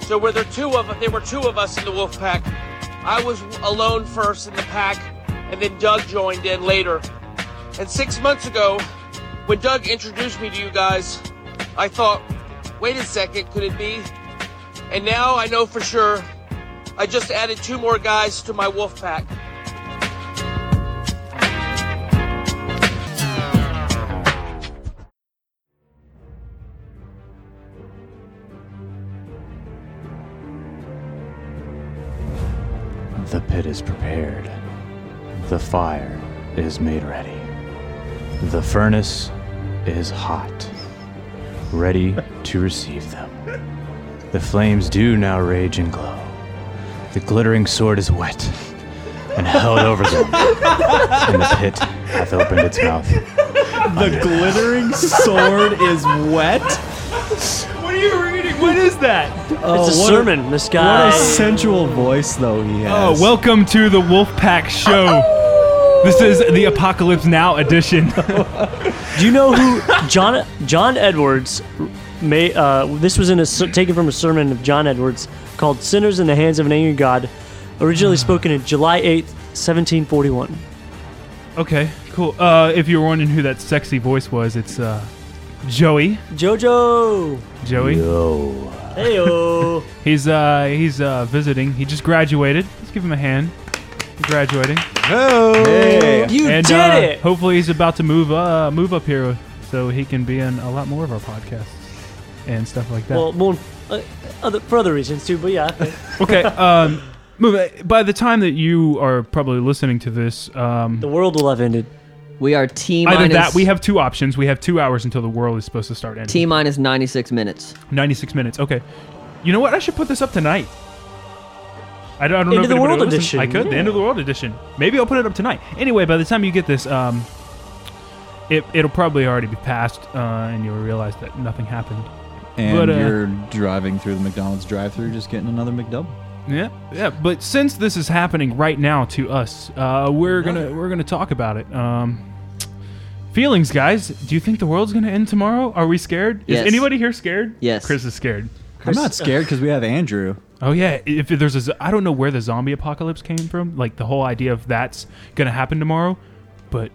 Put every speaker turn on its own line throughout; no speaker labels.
So where there two of there were two of us in the wolf pack. I was alone first in the pack, and then Doug joined in later. And six months ago, when Doug introduced me to you guys, I thought, wait a second, could it be? And now I know for sure. I just added two more guys to my wolf pack.
The pit is prepared. The fire is made ready. The furnace is hot, ready to receive them. The flames do now rage and glow. The glittering sword is wet and held over them, and the pit hath opened its mouth.
The glittering sword is wet.
What are you reading?
What is that?
Oh,
it's a
what
sermon. this guy.
What a sensual voice, though he has.
Oh, welcome to the Wolfpack Show. This is the Apocalypse Now edition.
Do you know who John John Edwards? May uh, this was in a ser- taken from a sermon of John Edwards called "Sinners in the Hands of an Angry God," originally spoken in July eighth, seventeen forty one.
okay, cool. Uh, if you were wondering who that sexy voice was, it's uh, Joey.
Jojo,
Joey.
Yo.
heyo,
He's uh, he's uh, visiting. He just graduated. Let's give him a hand. Graduating.
Hey.
you
and
did
uh,
it!
hopefully he's about to move uh, move up here so he can be in a lot more of our podcasts and stuff like that.
Well, more uh, other, for other reasons too, but yeah, okay.
okay. Um, move- by the time that you are probably listening to this, um,
the world will have ended.
We are T
either
minus
that we have two options. We have two hours until the world is supposed to start ending.
T minus 96 minutes.
96 minutes. Okay. You know what? I should put this up tonight. I don't, I don't know
End
if
of the
anybody
World
will listen.
edition,
I could. The
yeah.
end of the world edition. Maybe I'll put it up tonight. Anyway, by the time you get this, um, it, it'll probably already be past, uh, and you'll realize that nothing happened.
And
But, uh,
you're driving through the McDonald's drive-through, just getting another McDouble.
Yeah, yeah. But since this is happening right now to us, uh, we're gonna we're gonna talk about it. Um, feelings, guys. Do you think the world's gonna end tomorrow? Are we scared?
Yes.
Is anybody here scared?
Yes.
Chris uh, is scared.
I'm not scared because we have Andrew.
Oh yeah. If there's a, z- I don't know where the zombie apocalypse came from. Like the whole idea of that's gonna happen tomorrow, but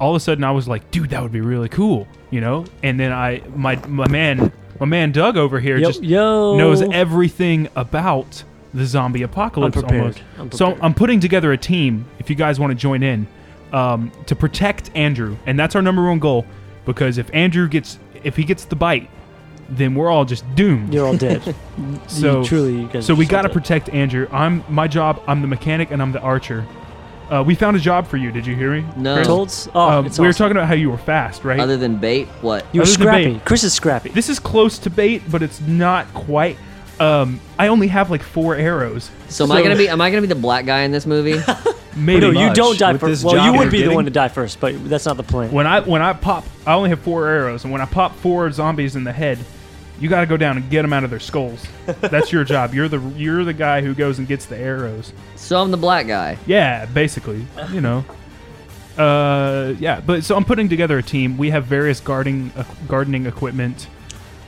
all of a sudden I was like, dude, that would be really cool, you know. And then I my my man my man Doug over here
Yo,
just
yo,
knows everything about the zombie apocalypse
Unprepared.
almost.
Unprepared.
So I'm putting together a team, if you guys want to join in, um, to protect Andrew. And that's our number one goal. Because if Andrew gets if he gets the bite, then we're all just doomed.
You're all dead.
so
you, truly, you guys
so
are
we
just all
gotta
dead.
protect Andrew. I'm my job, I'm the mechanic and I'm the archer. Uh, we found a job for you, did you hear me?
No.
Chris?
Tolds. Oh,
Um, we
it's
were
awesome.
talking about how you were fast, right?
Other than bait, what?
You're
other than
scrappy.
bait.
Chris is scrappy.
this is close to bait, but it's not quite. Um, I only have like four arrows.
So am I gonna be? Am I gonna be the black guy in this movie?
Maybe
no, you
much.
don't die
With
first.
this
Well,
job
you would
you're
be the
getting-
one to die first, but that's not the plan.
when I when I pop, I only have four arrows, and when I pop four zombies in the head, you got to go down and get them out of their skulls. That's your job. You're the you're the guy who goes and gets the arrows.
so I'm the black guy.
Yeah, basically, you know. Uh, yeah, but so I'm putting together a team. We have various gardening uh, gardening equipment.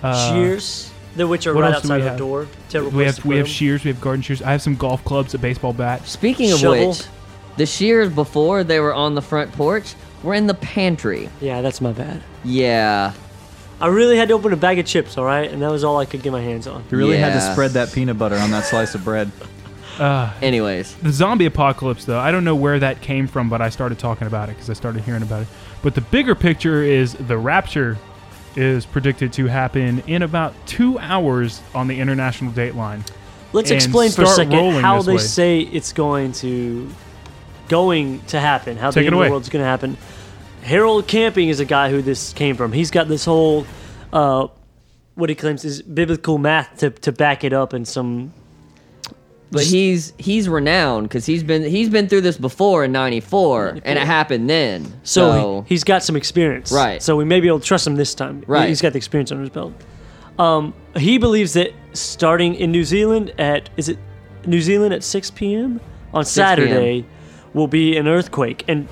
Uh,
Cheers, the which are
what
right
else do we
outside our
have?
door. Terrible
We
place
have
to
we
put
have
them.
shears. We have garden shears. I have some golf clubs, a baseball bat.
Speaking of
Shovel.
which, the shears before they were on the front porch were in the pantry.
Yeah, that's my bad.
Yeah.
I really had to open a bag of chips, all right, and that was all I could get my hands on.
You really had to
Yeah.
spread that peanut butter on that slice of bread.
Anyways,
the zombie apocalypse though i don't know where that came from but i started talking about it because i started hearing about it but the bigger picture is the rapture is predicted to happen in about two hours on the international date line
Let's
and
explain for a
start
second
rolling
how
this
they
way.
say it's going to going to happen. How
Take
the
it
end of
away.
the world's going to happen. Harold Camping is a guy who this came from. He's got this whole uh, what he claims is biblical math to, to back it up and some
but he's he's renowned because he's been he's been through this before in '94, and it happened then.
So,
So,
he- he's got some experience.
Right.
So we may be able to trust him this time. He-
Right.
He's got the experience under his belt. Um, he believes that starting in New Zealand at is it New Zealand at 6 p.m. on
6 p.m..
Saturday will be an earthquake and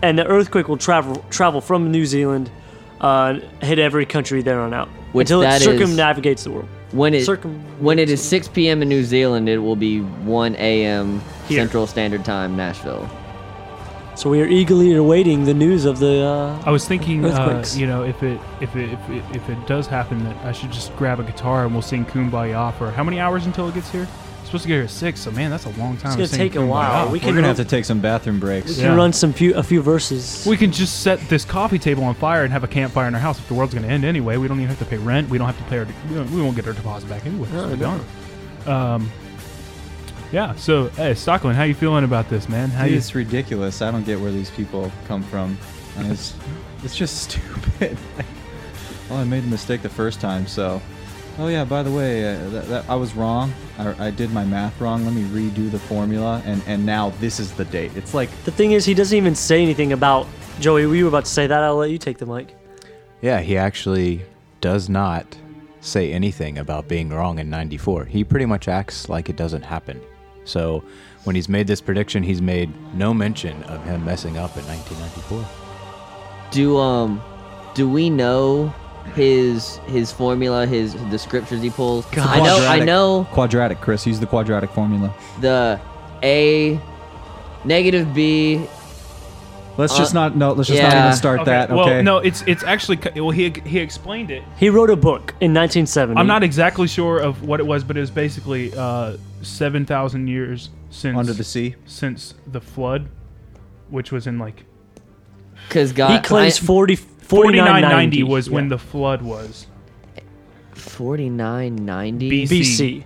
and the earthquake will travel travel from New Zealand uh, hit every country there on out
Which
until it
that is-
circumnavigates the world.
When it
Circum-
when it is 6 p.m. in New Zealand, it will be 1 a.m.
Here.
Central Standard Time, Nashville.
So we are eagerly awaiting the news of the. Uh,
I was thinking, uh,
Earthquakes.
you know, if it if it, if it if it does happen, that I should just grab a guitar and we'll sing "Kumbaya" for how many hours until it gets here? It's supposed to get here at six, so man, that's a long time.
it's
to
gonna
sing
take a
"Kumbaya."
while. We
Oh We're
can,
gonna have to take some bathroom
we
breaks.
can
Yeah.
run some few a few verses.
We can just set this coffee table on fire and have a campfire in our house. If the world's going to end anyway, we don't even have to pay rent. We don't have to pay our. We, don't- we won't get our deposit back anyway. so we're done. Um. Yeah. So, hey, Stockland, how you feeling about this, man? How
Dude,
you?
it's ridiculous. I don't get where these people come from. And it's, it's just stupid. Like, well, I made a mistake the first time, so. Oh yeah, by the way, uh, that, that, I was wrong. I, I did my math wrong. Let me redo the formula, and and now this is the date. It's like
The thing is, he doesn't even say anything about Joey. We were about to say that. I'll let you take the mic.
Yeah, he actually does not say anything about being wrong in 94. He pretty much acts like it doesn't happen. So when he's made this prediction, he's made no mention of him messing up in 1994.
Do um do we know his his formula, his the scriptures he pulls? I know I
Quadratic-
know
quadratic, Chris. Use the quadratic formula.
the A negative B
Let's just
Uh,
not no. Let's just not
yeah.
even start that. Okay.
Well, no, it's it's actually c- well he he explained it.
He wrote a book in 1970.
Hmm.
I'm not exactly sure of what it was, but it was basically uh, seven thousand years since
Under the sea.
since the flood, which was in like
cuz God
He claims
Uh, I-
40 4990
4990 was when
yeah.
the flood was.
4990
BC.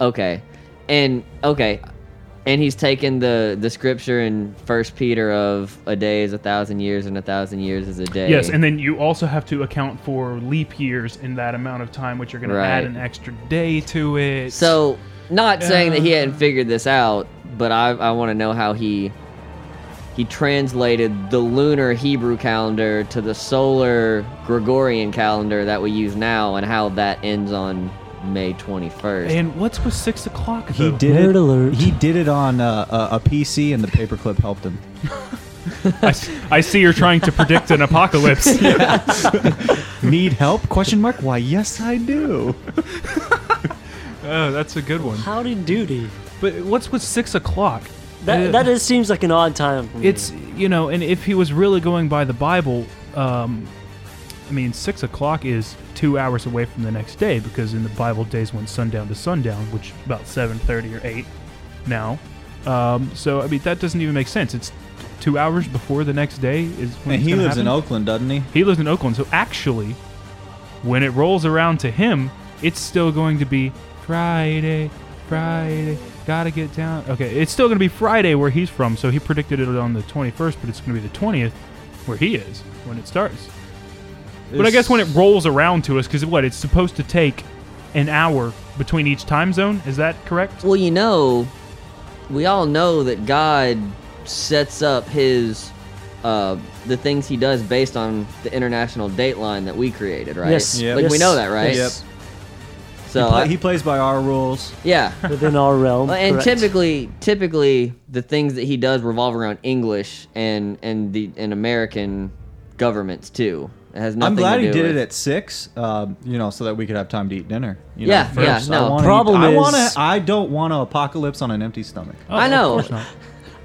Okay. And okay. And he's taken the the scripture in First Peter of a day is a thousand years and a thousand years is a day.
Yes, and then you also have to account for leap years in that amount of time, which you're going to add
Right.
an extra day to it.
so not saying that he hadn't figured this out, but I I want to know how he he translated the lunar Hebrew calendar to the solar Gregorian calendar that we use now, and how that ends on May twenty first.
and what's with six o'clock?
He
though?
did
Nerd
it.
alert.
He did it on uh, a, a PC, and the paperclip helped him.
I, s- I see you're trying to predict an apocalypse.
Need help? Question mark. Why? Yes, I do.
oh, that's a good one.
Howdy doody.
But what's with six o'clock?
That,
Uh,
that is, seems like an odd time. for me.
it's you know, and if he was really going by the Bible, um, I mean, six o'clock is two hours away from the next day because in the Bible, days went sundown to sundown, which is about seven thirty or eight now. Um, so I mean, that doesn't even make sense. It's two hours before the next day is
And
when it's
he
gonna
lives in
happen.
Oakland, doesn't he?
He lives in Oakland, so actually, when it rolls around to him, it's still going to be Friday, Friday, gotta get down. Okay, it's still going to be Friday where he's from, so he predicted it on the 21st, but it's going to be the 20th where he is when it starts. But I guess when it rolls around to us, because what? It's supposed to take an hour between each time zone. Is that correct?
Well, you know, we all know that God sets up his uh, the things he does based on the international dateline that we created, right?
Yes.
Yep.
Like we
Yes.
know that, right?
Yes.
So uh,
Play-
I-
he plays by our rules.
yeah.
within our realm.
Well, and
correct.
typically, typically the things that he does revolve around English and and the and American governments too. It has nothing.
I'm glad
to
he
do
did
with-
it at six. Um, you know, so that we could have time to eat dinner. You
Yeah,
know,
yeah,
first.
no.
I wanna
Problem
eat- I wanna,
is-
I don't want an apocalypse on an empty stomach.
Oh,
I
of
know.
course not.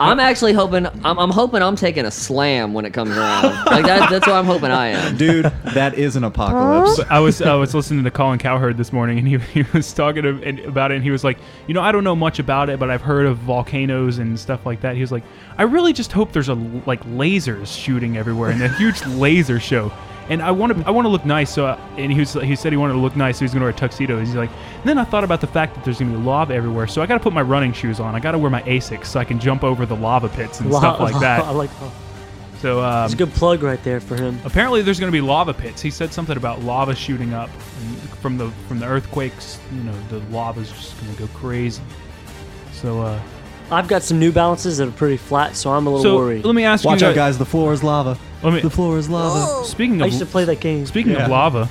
I'm actually hoping. I'm, I'm hoping I'm taking a slam when it comes around. like that, that's what I'm hoping I am.
Dude, that is an apocalypse.
I was I was listening to Colin Cowherd this morning, and he, he was talking to, and, about it, and he was like, you know, I don't know much about it, but I've heard of volcanoes and stuff like that. He was like, I really just hope there's a l- like lasers shooting everywhere and a huge laser show. And I want to I want to look nice, so I, and he was he said he wanted to look nice, so he's gonna wear a tuxedo. He's like, and then I thought about the fact that there's gonna be lava everywhere, so I gotta put my running shoes on. I gotta wear my Asics so I can jump over the lava pits and
Wow,
stuff like
I
that.
like that.
So um,
It's a good plug right there for him.
Apparently, there's going to be lava pits. He said something about lava shooting up and from the from the earthquakes. You know, the lava's just going to go crazy. So, uh,
I've got some New Balances that are pretty flat, so I'm a little
so
worried.
let me ask
Watch
you
out, guys. The floor is lava.
Let me-
the floor is lava.
Speaking
I
of
used to play that game.
speaking
Yeah.
of lava,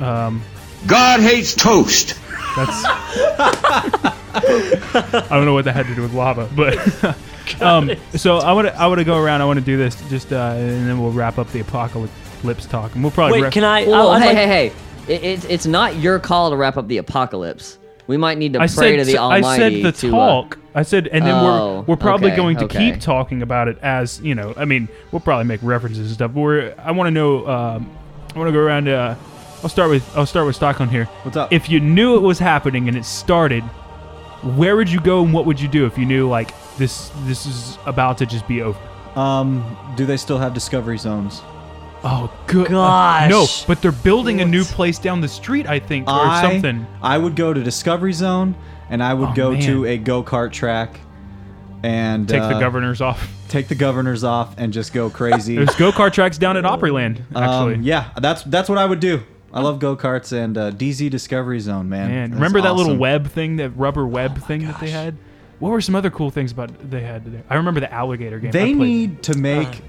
um,
God hates toast.
that's I don't know what that had to do with lava, but um, so I want to I want to go around. I want to do this just uh, and then we'll wrap up the apocalypse talk, and we'll probably
Wait,
wrap-
can I?
Well,
I- I'd
hey,
like-
hey, hey! It, it's it's not your call to wrap up the apocalypse. We might need to
I said,
pray to the
I said
Almighty
the
to, uh,
talk. I said, and then
Oh,
we're we're probably
okay,
going to
okay.
keep talking about it as you know. I mean, we'll probably make references and stuff. But we're I want to know. Um, I want to go around. Uh, I'll start with I'll start with Stockholm here.
What's up?
If you knew it was happening and it started, where would you go and what would you do if you knew like this this is about to just be over?
Um, do they still have discovery zones?
Oh good
Gosh.
no! But they're building a new place down the street, I think, or
I,
something.
I would go to discovery zone, and I would
Oh,
go to
man.
a go kart track, and
Take the
uh,
governors off.
take the governors off, and just go crazy.
There's go kart tracks down at Opryland, actually.
Um, yeah, that's that's what I would do. I love go karts and uh, DZ Discovery Zone, man.
Man,
That's
remember that little
awesome. Oh
web thing, that rubber web thing that they had? What were some other cool things about they had there? I remember the alligator game. I
They
played-
need to make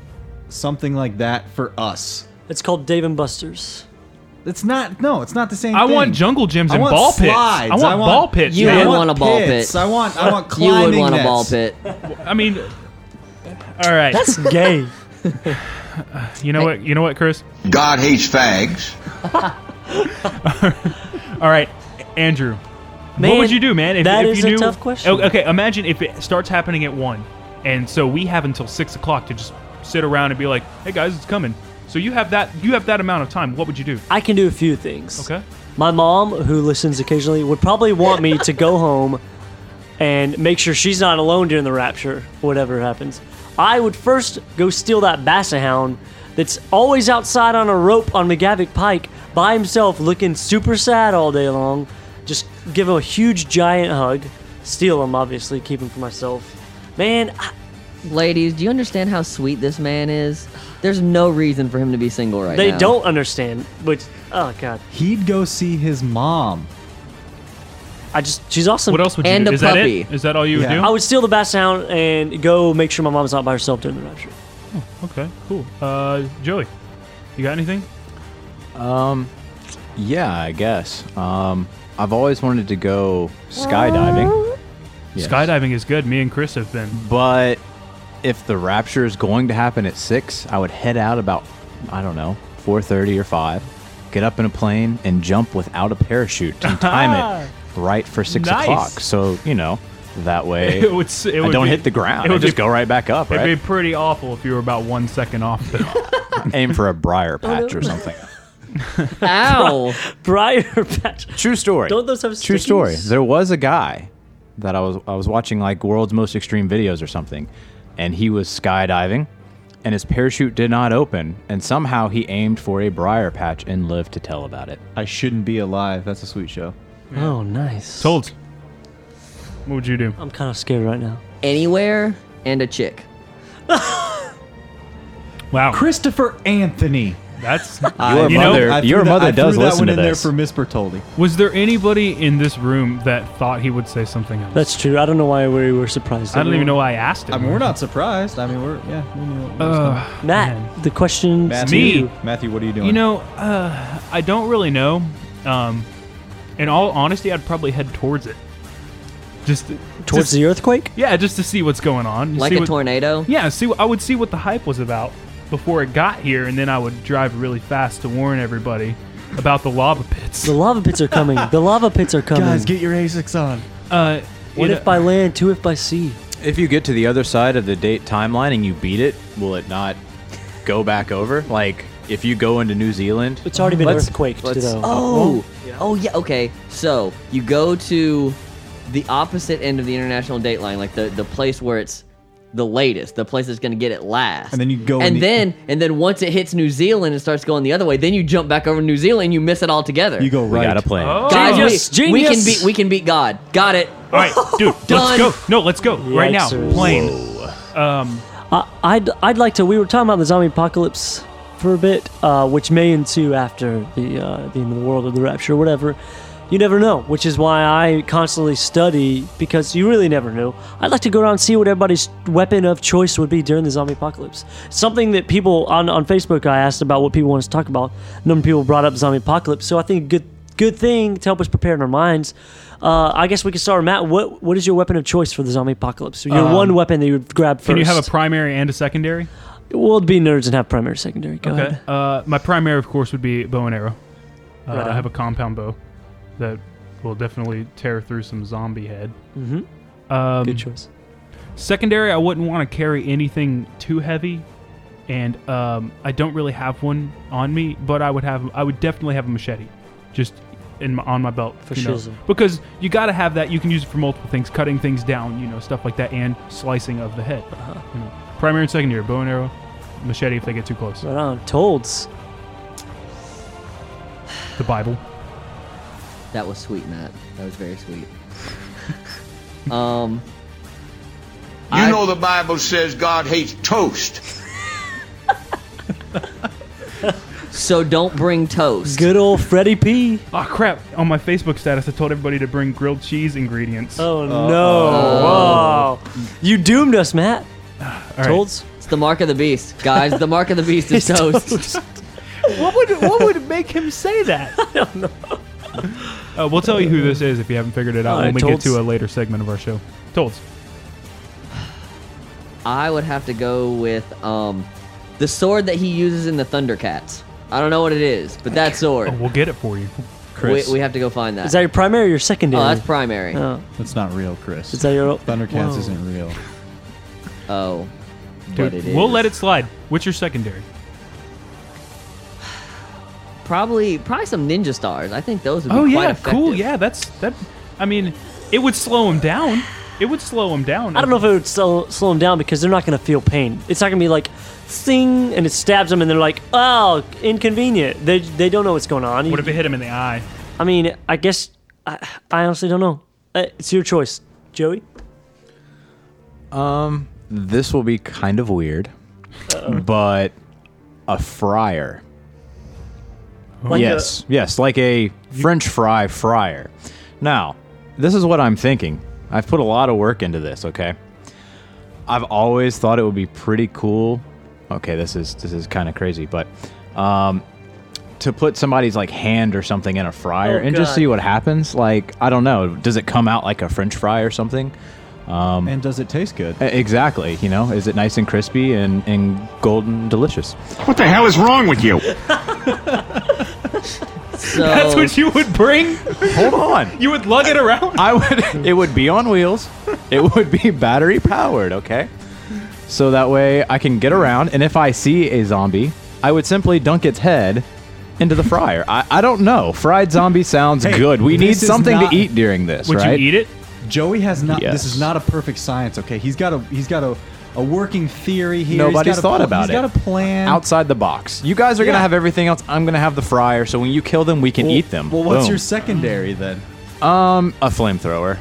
something like that for us.
It's called Dave and Buster's.
It's not. No, it's not the same.
I
thing.
want jungle gyms
I
and
want
ball pits. I
slides.
want, ball pits.
You
man.
would
I
want a ball
pits.
pit.
I want. I want
You
climbing
would want a
nets.
ball pit.
I mean, all right.
That's gay.
you know what? You know what, Chris?
God hates fags.
All right, Andrew.
Man,
what would you do, man? If,
that
if
is
you
a
knew,
tough question.
Oh, Okay, imagine if it starts happening at one, and so we have until six o'clock to just sit around and be like, "Hey guys, it's coming." So you have that. You have that amount of time. What would you do?
I can do a few things.
Okay.
My mom, who listens occasionally, would probably want me to go home and make sure she's not alone during the rapture, whatever happens. I would first go steal that basset hound that's always outside on a rope on McGavick Pike by himself, looking super sad all day long. Just give him a huge giant hug, steal him, obviously, keep him for myself. Man, I-
Ladies, do you understand how sweet this man is? There's no reason for him to be single right
they
now.
don't understand. Which, oh god,
He'd go see his mom.
I just she's awesome.
What else would you
And
do?
a
is
puppy.
that it? Is that all you would
Yeah.
do?
I would steal the basset hound and go make sure my mom's not by herself during the rapture.
Okay, cool. Uh, Joey, you got anything?
Yeah, I guess. Um, I've always wanted to go skydiving. Yes.
Skydiving is good. Me and Chris have been.
But if the rapture is going to happen at six, I would head out about I don't know four thirty or five, get up in a plane and jump without a parachute and time it right for six
Nice.
o'clock. So you know that way
It would. s- It
I
would
don't
be-
hit the ground.
It
I
would
just
be,
go right back up. Right,
It'd be pretty awful if you were about one second off. But
aim for a briar patch or something.
Ow!
Briar Patch.
True story.
Don't those have
True story.
stickies?
There was a guy that I was I was watching like world's most extreme videos or something, and he was skydiving, and his parachute did not open, and somehow he aimed for a briar patch and lived to tell about it.
I shouldn't be alive. That's a sweet show.
Oh, nice.
Told. What would you do?
I'm kind of scared right now.
Anywhere and a chick.
Wow,
Christopher Anthony.
that's
Your
you
mother,
know.
I threw
your
that-
mother
I
does
threw
listen
that
to
one in
this.
there for Miss Bertoldi.
Was there anybody in this room that thought he would say something else?
That's true. I don't know why we were surprised.
I don't even know why I asked him.
I mean, we're not surprised. I mean, we're yeah. We knew it was coming.
Uh,
Matt, the question.
Matthew,
me.
Matthew, what are you doing?
you know, uh, I don't really know. Um, in all honesty, I'd probably head towards it. Just
towards
just-
the earthquake.
yeah, just to see what's going on.
Like
see
a
what-
tornado?
Yeah, see, I would see what the hype was about before it got here, and then I would drive really fast to warn everybody about the lava pits.
The lava pits are coming. the lava pits are coming.
guys, get your Asics on.
Uh, you
One
know-
if by land, two if by sea.
If you get to the other side of the date timeline and you beat it, will it not go back over? Like if you go into New Zealand,
It's already been
Let's-
earthquaked
let's-
though.
Oh, oh yeah. Okay, so you go to the opposite end of the international date line, like the the place where it's the latest, the place that's going to get it last.
And then you go in
and
the-
then and then once it hits New Zealand and starts going the other way, then you jump back over to New Zealand and you miss it altogether.
You go
we
right.
gotta play.
Oh.
God,
Genius,
we, we can
genius.
beat we can beat God. Got it.
All right, dude,
Done.
let's go. No, let's go right now.
Yikes.
Plane.
I, I'd I'd like to. We were talking about the zombie apocalypse for a bit, uh, which may ensue after the uh, the end of the world or the rapture, or whatever. You never know, which is why I constantly study because you really never know. I'd like to go around and see what everybody's weapon of choice would be during the zombie apocalypse. Something that people on, on Facebook I asked about what people want us to talk about. A number of people brought up zombie apocalypse, so I think a good good thing to help us prepare in our minds. Uh, I guess we could start, Matt. What what is your weapon of choice for the zombie apocalypse? Your one weapon that you would grab first.
Um, Can you have a primary and a secondary?
We'll be nerds and have primary, secondary. Go
Okay.
ahead.
Uh, my primary, of course, would be bow and arrow. Uh,
Right
I
on.
have a compound bow that will definitely tear through some zombie head.
Mm-hmm.
Um,
Good choice.
Secondary, I wouldn't want to carry anything too heavy, and um, I don't really have one on me, but I would have, I would definitely have a machete, just in my, on my belt
For
you know.
shizzle.
because you got to have that. You can use it for multiple things, cutting things down, you know, stuff like that, and slicing of the head.
Uh-huh.
you know. Primary and secondary, bow and arrow, machete if they get too close.
Right on. Tolds.
The Bible.
That was sweet, Matt. That was very sweet. um,
You
I-
know the Bible says God hates toast.
so don't bring toast.
Good old Freddie P.
Ah, crap! On my Facebook status, I told everybody to bring grilled cheese ingredients.
Oh no! Wow. You doomed us, Matt.
All right.
Tolds.
It's the mark of the beast, guys. The mark of the beast is
It's
toast.
What would what would make him say that? I don't know. Uh, we'll tell you who this is if you haven't figured it out
All
when
right,
we
Tolts.
get to a later segment of our show. Tolls.
I would have to go with um, the sword that he uses in the Thundercats. I don't know what it is, but that sword.
Oh, we'll get it for you.
We,
Chris,
we have to go find that.
Is that your primary or your
oh,
secondary?
that's primary.
Oh.
that's not real, Chris.
Is that your
Thundercats
Whoa.
isn't real.
Oh,
Dude,
but it
we'll
is.
let it slide. What's your secondary?
Probably, probably some ninja stars. I think those would be
Oh
quite
yeah,
effective.
cool. Yeah, that's that. I mean, it would slow him down. It would slow him down.
I don't know if it would slow, slow them down because they're not going to feel pain. It's not going to be like, sting, and it stabs them, and they're like, oh, inconvenient. They, they don't know what's going on.
What if it hit him in the eye?
I mean, I guess I, I honestly don't know. Uh, It's your choice, Joey.
Um, this will be kind of weird, but a fryer.
Like
yes, yes, like a French fry fryer. Now, this is what I'm thinking. I've put a lot of work into this. Okay, I've always thought it would be pretty cool. Okay, this is this is kind of crazy, but um, to put somebody's like hand or something in a fryer
Oh,
and just
God.
see what happens. Like I don't know, does it come out like a French fry or something?
And does it taste good?
E- Exactly. You know, is it nice and crispy and, and golden delicious?
What the hell is wrong with you?
So
Oh.
That's what you would bring.
Hold on.
You would lug it around.
I would. It would be on wheels. It would be battery powered. Okay. So that way I can get around, and if I see a zombie, I would simply dunk its head into the fryer. I, I don't know. Fried zombie sounds
Hey,
good. We need
this is
something
not-
to eat during this,
Would
right?
you eat it?
Joey has not.
Yes.
This is not a perfect science. Okay, he's got a he's got a, a working theory here.
Nobody's
he's got a
thought
pl-
about it.
He's got a plan.
Outside the box. You guys are gonna
Yeah.
have everything else. I'm gonna have the fryer. So when you kill them, we can
Well-
eat them.
Well, what's
Boom.
your secondary then?
um a flamethrower?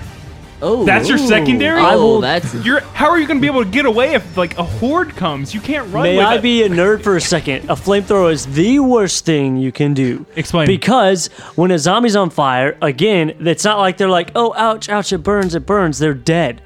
oh,
That's your secondary.
I will- that's-
You're. How are you going to be able to get away if like a horde comes? You can't run.
May
with
I
it.
be a nerd for a second? A flamethrower is the worst thing you can do.
Explain.
Because when a zombie's on fire, again, it's not like they're like, oh, ouch, ouch, it burns, it burns. They're dead.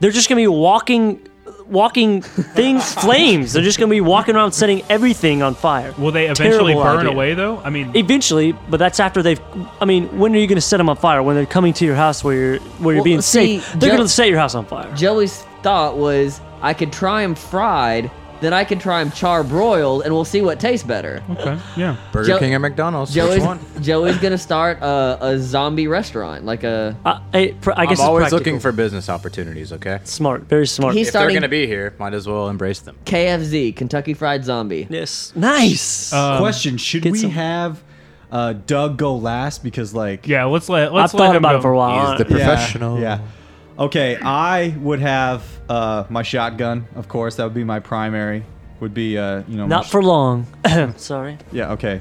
They're just gonna be walking, walking things, flames. They're just gonna be walking around setting everything on fire.
Will they eventually
Terrible
burn
idea.
away though? I mean,
Eventually, but that's after they've. I mean, when are you gonna set them on fire? When they're coming to your house, where you're where you're
Well,
being
see,
safe, they're
Joe-
gonna set your house on fire.
Joey's thought was I could try him fried, then I could try him char broiled, and we'll see what tastes better.
okay, yeah.
Burger
Joe-
King or McDonald's?
Joey's
Which one?
Joey's gonna start a, a zombie restaurant, like a
I, I, Uh, pr- I guess
I'm
it's
always
practical.
looking for business opportunities. Okay,
smart, very smart.
He's-
if they're
Starting-
going to be here, might as well embrace them.
KFZ, Kentucky Fried Zombie.
yes, nice.
Um,
Um,
Question: Should
get
we
some-
have uh, Doug go last because like
Yeah, let's let
I've
let's let
thought
him
about
go.
it for a while.
He's the
Yeah,
professional.
Yeah. Okay, I would have uh, my shotgun. Of course, that would be my primary. Would be uh, you know my
Not
sh-
for long. Sorry.
yeah okay.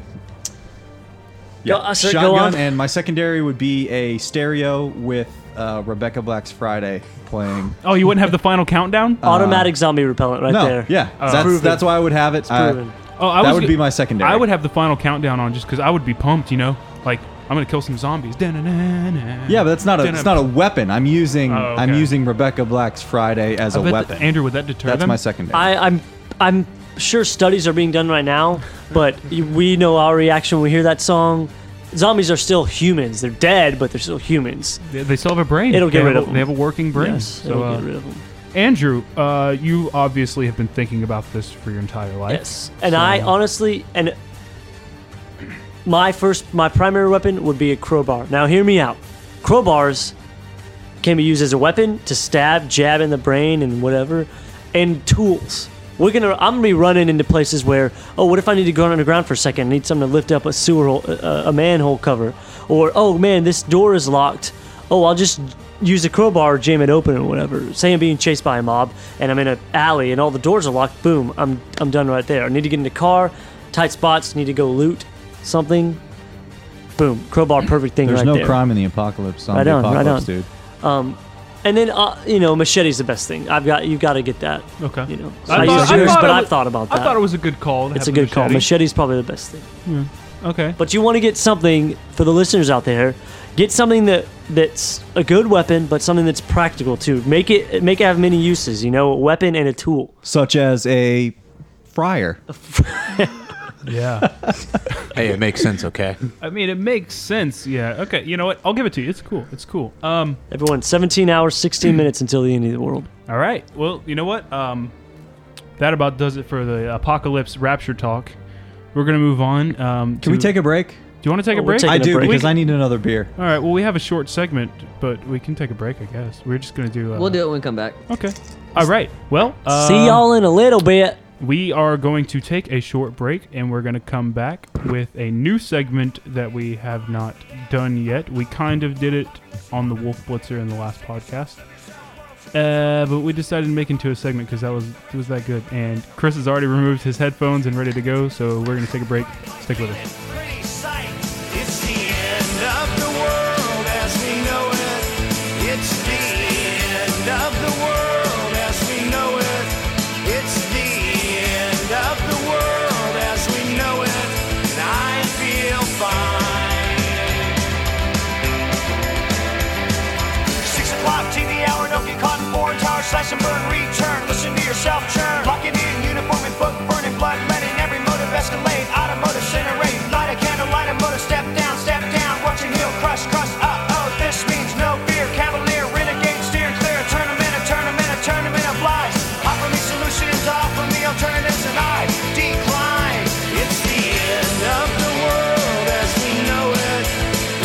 Go- uh, sir, go
shotgun,
on.
and my secondary would be a stereo with uh, Rebecca Black's Friday playing.
Oh, you wouldn't have the final countdown?
Automatic zombie repellent right
uh, no,
there. Oh.
yeah, that's
Proven.
that's why I would have it. uh,
proven.
oh, I
that
was
would
go-
be my secondary.
I would have the final countdown on just because I would be pumped. You know, like I'm gonna kill some zombies. Da-na-na-na.
Yeah, but that's not a
Da-na-
it's not a weapon. I'm using
Oh,
I'm
okay.
using Rebecca Black's Friday as
I
a
bet
weapon.
that- Andrew, would that deter
that's
them?
my secondary.
I, I'm I'm sure studies are being done right now, but y- we know our reaction when we hear that song. Zombies are still humans. They're dead, but they're still humans.
They- They still have a brain.
It'll get
They
rid
have a-
of them.
They have a working brain.
Yes,
so,
it'll
uh,
get rid of them.
Andrew, uh, you obviously have been thinking about this for your entire life.
Yes, and I honestly and my first, my primary weapon would be a crowbar. Now, hear me out. Crowbars can be used as a weapon to stab, jab in the brain, and whatever, and tools. We're gonna. I'm gonna be running into places where. Oh, what if I need to go underground for a second? I need something to lift up a sewer hole, uh, a manhole cover, or oh man, this door is locked. Oh, I'll just use a crowbar, jam it open, or whatever. Say I'm being chased by a mob, and I'm in an alley, and all the doors are locked. Boom, I'm I'm done right there. I need to get in the car, tight spots. Need to go loot something. Boom, crowbar, perfect thing
There's
right
no
there.
crime in the apocalypse. I'm
Right
the
on, right
apocalypse,
on.
dude.
And then uh, you know, machete's the best thing. I've got you got to get that.
Okay.
You know,
I
I,
thought-
use
I
yours,
thought
but
it
I've
was-
thought about
I
that.
thought it was a good call. to
it's a
have
good call.
machete.
Machete's probably the best thing.
Okay.
But you want to get something for the listeners out there. Get something that that's a good weapon, but something that's practical too. Make it make it have many uses. You know, a weapon and a tool.
Such as a fryer.
Yeah.
Hey, it makes sense, okay?
I mean, it makes sense. Yeah. Okay. You know what? I'll give it to you. It's cool. It's cool. Um.
Everyone, 17 hours, 16 minutes until the end of the world.
All right. Well, you know what? Um, that about does it for the apocalypse rapture talk. We're gonna move on. Um,
Can we take a break?
Do you want to take
Oh,
a
we're
break?
taking
I
a
do
break.
because I need another beer.
All right. Well, we have a short segment, but we can take a break. I guess we're just gonna do. Uh,
We'll do it when we come back.
Okay. All right. Well. Uh,
See y'all in a little bit.
We are going to take a short break, and we're going to come back with a new segment that we have not done yet. We kind of did it on the Wolf Blitzer in the last podcast. Uh, but we decided to make it into a segment because that was it was that good. And Chris has already removed his headphones and ready to go, so we're gonna take a break. Stick with us.
pretty sight. It's the end of the world as we know it. It's the end of the world as we know it. It's the end of the world as we know it. And I feel fine. Six o'clock, TV hour, no get caught in four tower, slash and burn, return. Listen to yourself churn. Locking in, uniform and book, burning blood, letting every motive escalate. Automotive incinerate, light a candle, light a motor, step down, step down. Watching heel crush, crush, uh oh, this means no fear. Cavalier, renegade, steer clear. Tournament, a tournament, a tournament of lies. Offer me solutions, offer me alternatives, and I decline. It's the end of the world as we know it.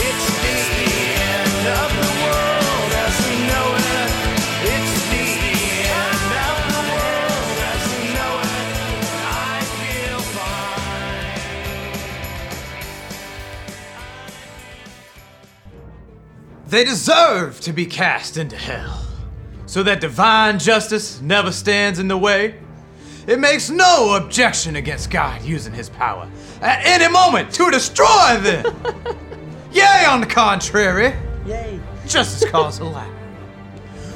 It's the end of the world as we know it. It's the end of the world as we know it. I feel fine.
They deserve to be cast into hell, so that divine justice never stands in the way. It makes no objection against God using his power at any moment to destroy them. Yea, on the contrary,
Yay.
justice calls aloud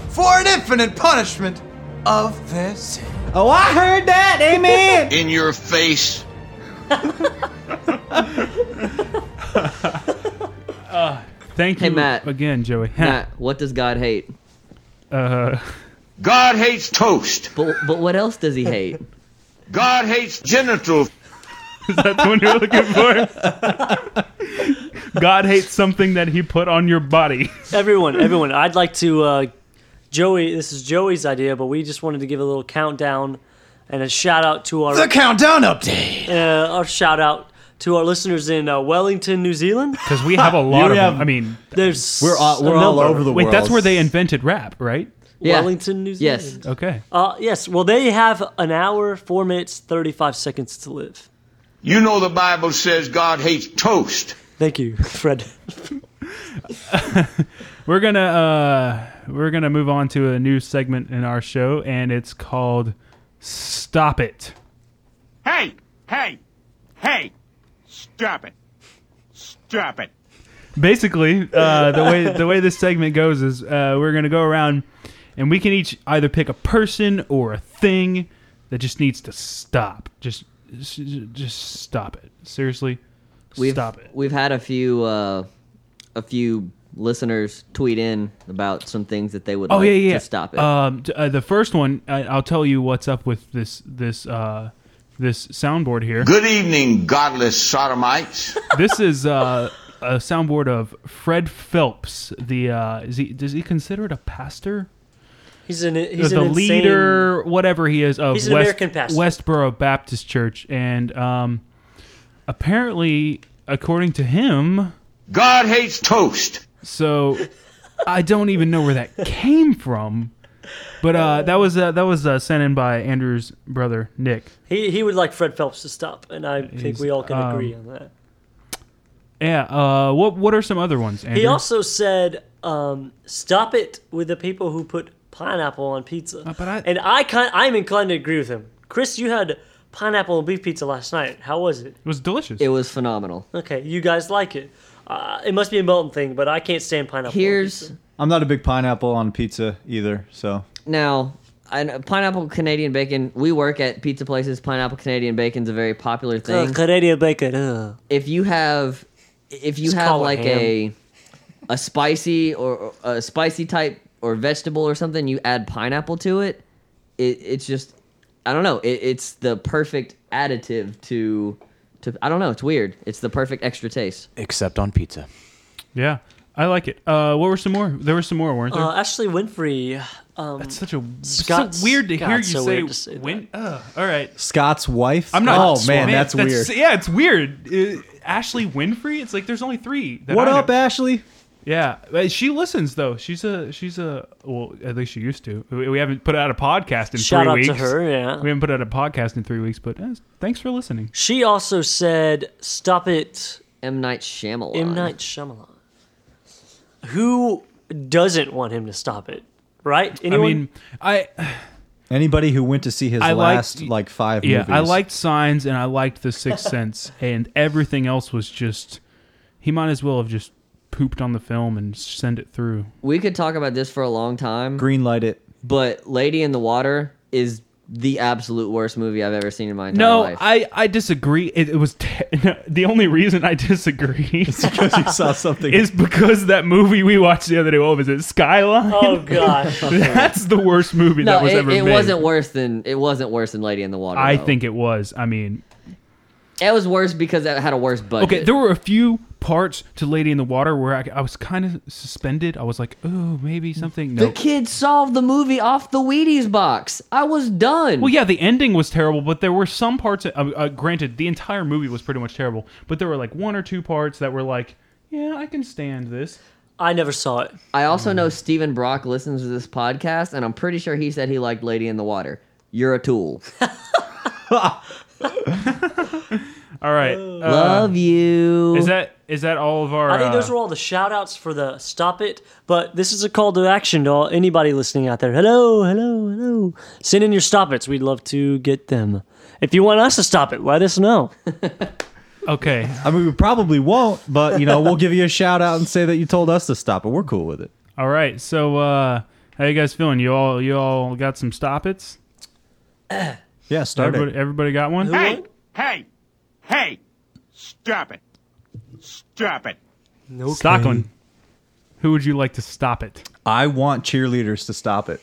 for an infinite punishment of their sin.
Oh, I heard that. Amen.
In your face.
Thank you
Hey, Matt.
again, Joey.
Matt, what does God hate?
Uh,
God hates toast.
But but what else does he hate?
God hates genital.
is that the one you're looking for? God hates something that he put on your body.
everyone, everyone, I'd like to. Uh, Joey, this is Joey's idea, but we just wanted to give a little countdown and a shout out to our
The countdown update.
uh, our shout out to our listeners in uh, Wellington, New Zealand.
Because we have a lot of
have-
them. I mean,
There's
We're all,
a
we're all
number.
over the
wait,
world.
that's where they invented rap, right?
Yeah.
Wellington, New Zealand.
Yes.
Okay.
Uh, yes. Well, they have an hour, four minutes, thirty-five seconds to live.
You know the Bible says God hates toast.
Thank you, Fred.
We're gonna uh, we're gonna move on to a new segment in our show, and it's called "Stop It."
Hey, hey, hey, stop it. Stop it.
Basically, uh, the way the way this segment goes is uh, we're gonna go around, and we can each either pick a person or a thing that just needs to stop. Just s- just stop it. Seriously,
We've,
stop it.
We've had a few uh, a few listeners tweet in about some things that they would
Oh
like
yeah, yeah.
to stop it.
Um, t- uh, the first one, I, I'll tell you what's up with this this uh, this soundboard here.
Good evening, godless sodomites.
this is uh, a soundboard of Fred Phelps. The uh, is he does he consider it a pastor?
He's an he's
the
an insane-
leader, whatever he is of
He's an
West,
American pastor.
Westboro Baptist Church, and um, apparently according to him,
God hates toast.
So I don't even know where that came from. But uh, that was uh, that was uh, sent in by Andrew's brother Nick.
He he would like Fred Phelps to stop, and I think
He's-
we all can
um,
agree on that.
Yeah. Uh, what what are some other ones? Andrew?
He also said, um, "Stop it with the people who put pineapple on pizza."
Uh,
and I kind, I'm inclined to agree with him. Chris, you had pineapple and beef pizza last night. How was it?
It was delicious.
It was phenomenal.
Okay, you guys like it. Uh, it must be a Melton thing, but I can't stand pineapple.
Here's-
on pizza.
I'm not a big pineapple on pizza either, so
Now, I know- pineapple Canadian bacon. We work at pizza places. Pineapple Canadian bacon's a very popular thing.
Ugh, Canadian bacon. ugh.
if you have, if you
Just
have
call it
like
ham.
a, a spicy or a spicy type or vegetable or something, you add pineapple to it. it it's just, I don't know. It, it's the perfect additive to, to I don't know. It's weird. It's the perfect extra taste.
Except on pizza.
yeah, I like it. Uh, what were some more? There were some more, weren't there?
Uh, Ashley Winfrey. Um, That's
such a
Scott.
so weird to
God,
hear you
so
say,
weird to say
Win- Ugh, all right.
Scott's wife.
I'm not.
Oh man, that's, weird.
Yeah, it's weird. Uh, Ashley Winfrey. It's like there's only three. that
What
I know.
up, Ashley?
Yeah, but she listens though. She's a she's a well, at least she used to. We we haven't put out a podcast in
Shout
three
out to
weeks.
her, yeah.
we haven't put out a podcast in three weeks, but eh, thanks for listening.
She also said, "Stop it,
M Night Shyamalan."
M Night Shyamalan." Who doesn't want him to stop it? Right? Anyone?
I mean, I
Anybody who went to see his
I
last
liked-
like five
yeah,
movies.
I liked Signs and I liked The Sixth Sense, and everything else was just he might as well have just pooped on the film and send it through.
We could talk about this for a long time.
Green light it.
but Lady in the Water is the absolute worst movie I've ever seen in my entire
No,
life.
I, I disagree. It, it was te- no, the only reason I disagree is because
you saw something.
Is because that movie we watched the other day. What was it? Skyline.
Oh, gosh.
that's the worst movie
no,
that was
it,
ever
it
made.
wasn't worse than it wasn't worse than Lady in the Water.
I
though.
think it was. I mean,
it was worse because it had a worse budget.
okay, there were a few parts to Lady in the Water where I, I was kind of suspended. I was like, oh, maybe something.
the
No.
kid solved the movie off the Wheaties box. I was done.
Well, yeah, the ending was terrible, but there were some parts. Uh, uh, granted, the entire movie was pretty much terrible, but there were like one or two parts that were like, yeah, I can stand this.
I never saw it.
I also know Stephen Brock listens to this podcast, and I'm pretty sure he said he liked Lady in the Water. You're a tool.
All right. uh,
Love you.
Is that is that all of our?
I think
uh,
those were all the shout outs for the stop it, but this is a call to action to all, anybody listening out there. Hello, hello, hello. Send in your stop its. We'd love to get them. If you want us to stop it, let us know.
uh, okay.
I mean, we probably won't, but you know, we'll give you a shout out and say that you told us to stop it. We're cool with it.
All right. So uh, how you guys feeling? You all you all got some stop its?
Yeah, start it.
Everybody, everybody got one.
Hey, hey, hey, stop it. Stop it.
No
Stockland. Who would you like to stop it
I want cheerleaders to stop it.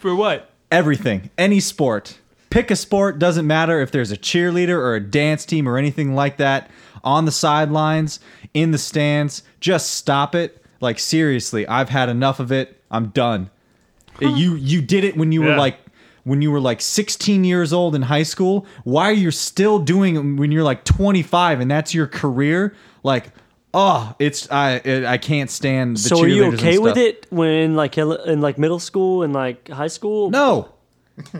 for? What?
Everything, any sport. Pick a sport, doesn't matter if there's a cheerleader or a dance team or anything like that on the sidelines, in the stands, just stop it. Like seriously, I've had enough of it. I'm done. You you did it when you were
Yeah.
like when you were like 16 years old in high school. Why are you still doing it when you're like 25 and that's your career? Like, oh, it's I it, I can't stand the
so are
cheerleaders
you
and
okay with
stuff.
it when like ele- in like middle school and like high school?
No.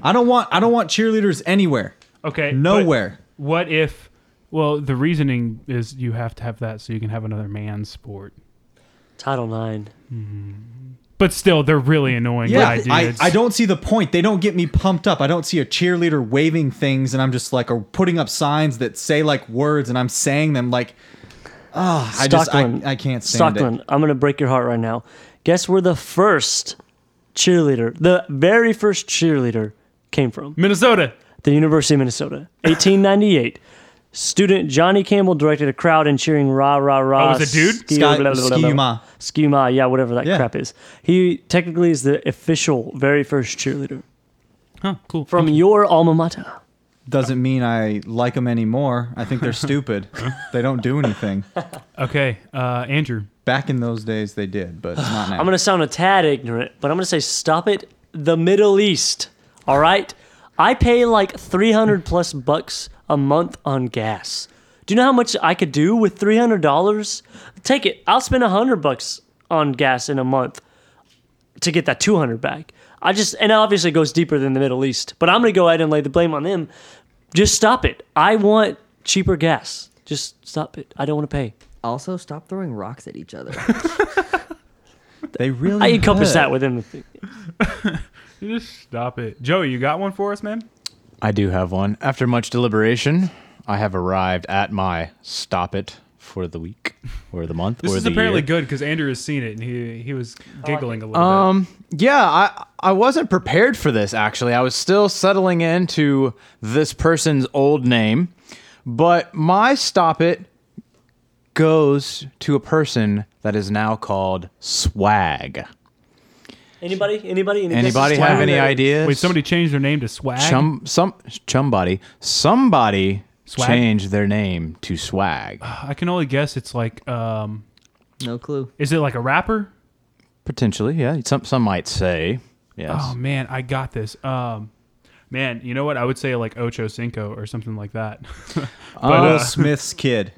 I don't want I don't want cheerleaders anywhere.
Okay.
Nowhere.
but What if? Well, the reasoning is you have to have that so you can have another man sport.
Title Nine.
But still, they're really annoying.
Yeah,
guy
I,
dudes.
I don't see the point. They don't get me pumped up. I don't see a cheerleader waving things, and I'm just like, or putting up signs that say like words, and I'm saying them like, ah, I just I,
Stockland.
I can't stand
Stockland, I'm gonna break your heart right now. Guess where the first cheerleader, the very first cheerleader, came from?
Minnesota.
The University of Minnesota, 1898. Student Johnny Campbell directed a crowd and cheering rah rah rah.
Oh, was it a dude?
Ski-
Sky-
blah, blah, blah,
Ski-U-Ma.
blah. Ski-U-Ma, yeah, whatever that
Yeah.
crap is. He technically is the official very first cheerleader
Huh. Cool.
from your alma mater.
it. Doesn't mean I like them anymore. I think they're stupid. they don't do anything.
Okay. Uh, Andrew.
Back in those days, they did, but it's not now.
I'm going to sound a tad ignorant, but I'm going to say stop it, the Middle East. All right? I pay like 300 plus bucks a month on gas. Do you know how much I could do with $300? Take it. I'll spend 100 bucks on gas in a month to get that 200 back. I just, and obviously it goes deeper than the Middle East, but I'm going to go ahead and lay the blame on them. Just stop it. I want cheaper gas. Just stop it. I don't want to pay.
Also, stop throwing rocks at each other.
They really.
I encompass that within the thing.
Just stop it. Joey, you got one for us, man?
I do have one. After much deliberation, I have arrived at my stop it for the week or the month
This
or
is
the
apparently
year.
good because Andrew has seen it and he he was giggling a little
Um, yeah, I I wasn't prepared for this actually. I was still settling into this person's old name, but my stop it goes to a person that is now called Swag.
Anybody? Anybody? Any
Anybody
guesses?
have any ideas?
Wait, somebody changed their name to Swag.
Chum, some chumbody, somebody
Swag? Ah.
changed their name to Swag.
I can only guess it's like um
No clue.
Is it like a rapper?
Potentially, yeah. Some some might say yes.
Oh man, I got this. Um man, you know what? I would say like Ocho Cinco or something like that. but Oh. uh,
Will
Smith's kid.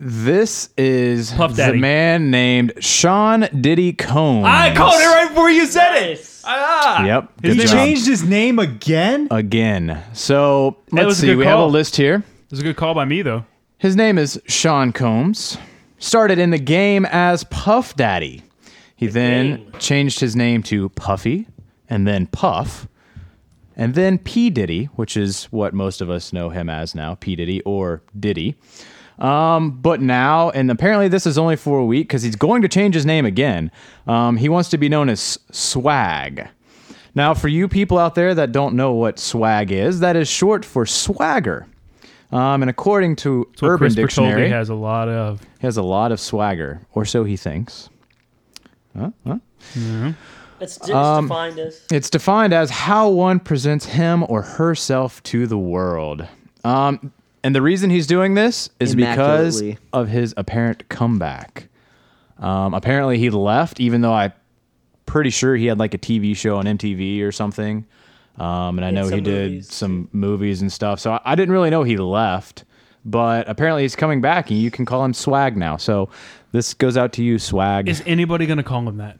This is
Puff
the
Daddy.
man named Sean Diddy Combs.
I
called it right before you said it. Ah.
Yep.
He
good job.
changed his name again.
again. So
That
let's
was a
see.
good
We have a
call.
list here.
It was a good call by me though.
His name is Sean Combs. Started in the game as Puff Daddy. He then changed his name to Puffy, and then Puff, and then P Diddy, which is what most of us know him as now, P Diddy or Diddy. Um, but now, and apparently this is only for a week because he's going to change his name again. Um, he wants to be known as Swag. Now, for you people out there that don't know what swag is, that is short for swagger. Um, and according to
What
Urban
Chris
Dictionary,
Bertoldi has a lot of
he has a lot of swagger, or so he thinks. Huh? Huh?
It's just
Um,
defined as.
It's defined as how one presents him or herself to the world. Um, and the reason he's doing this is because
Immaculately.
of his apparent comeback. Um, apparently, he left, even though I'm pretty sure he had like a TV show on MTV or something. Um, and I
And
know
some
he did
movies,
some movies and stuff. So I, I didn't really know he left, but apparently he's coming back, and you can call him Swag now. So this goes out to you, Swag.
Is anybody going to call him that?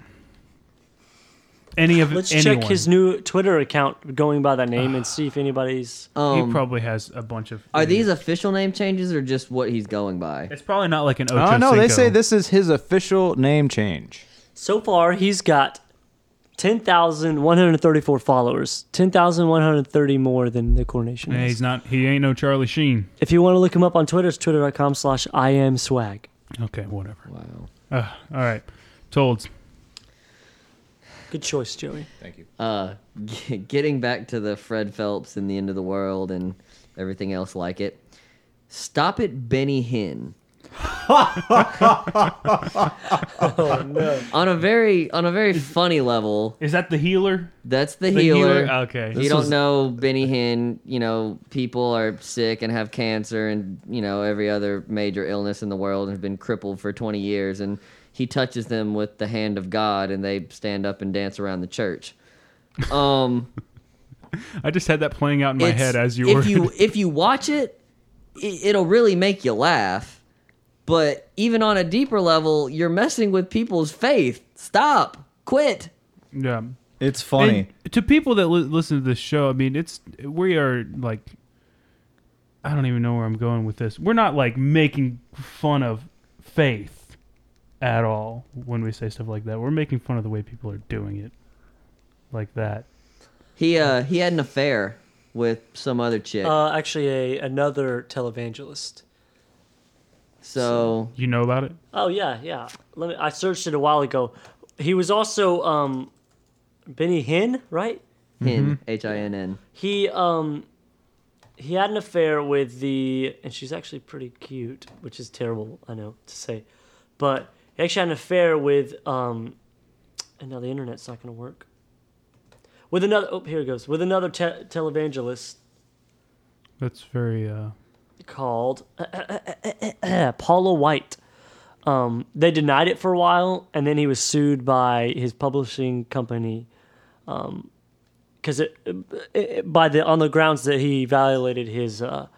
Any of
Let's
anyone.
check his new Twitter account going by that name and see if anybody's.
he probably has a bunch of.
Are these official name changes or just what he's going by?
It's probably not like an Ocho
Oh no, they say
Cinco.
this is his official name change.
So far, he's got 10,134 followers, 10,130 more than the Coronation.
Yeah,
has.
he's not. He ain't no Charlie Sheen.
If you want to look him up on Twitter, it's twitter.com slash I am swag.
Okay, whatever.
Wow.
Uh, all right, Tolds.
Good choice, Joey.
Uh, g- getting back to the Fred Phelps and the end of the world and everything else like it. Stop it, Benny Hinn.
Oh, no.
On a very on a very funny level,
Is that the healer?
That's the,
The
healer.
healer? Okay.
You
This
don't
was-
know Benny Hinn. You know, people are sick and have cancer and, you know, every other major illness in the world and have been crippled for 20 years. And he touches them with the hand of God and they stand up and dance around the church. Um,
I just had that playing out in my
it's-
head as you
if
were.
You, if you watch it, it, it'll really make you laugh. But even on a deeper level, you're messing with people's faith. Stop. Quit.
yeah.
It's funny.
And to people that li- listen to this show, I mean, it's we are like, I don't even know where I'm going with this. We're not like making fun of faith at all when we say stuff like that. We're making fun of the way people are doing it, like that.
He uh he had an affair with some other chick.
Uh, actually, a another televangelist.
so
You know about it?
Oh yeah, yeah. Let me. I searched it a while ago. He was also um, Benny Hinn, right?
Mm-hmm.
Hinn, H I N N.
He um, he had an affair with the, and she's actually pretty cute, which is terrible, I know to say, but he actually had an affair with um, and now the internet's not gonna work. With another, oh here it goes. With another te- televangelist
That's very. uh
called Paula White. Um, they denied it for a while, and then he was sued by his publishing company. Um, because it, it- by the on the grounds that he violated his uh,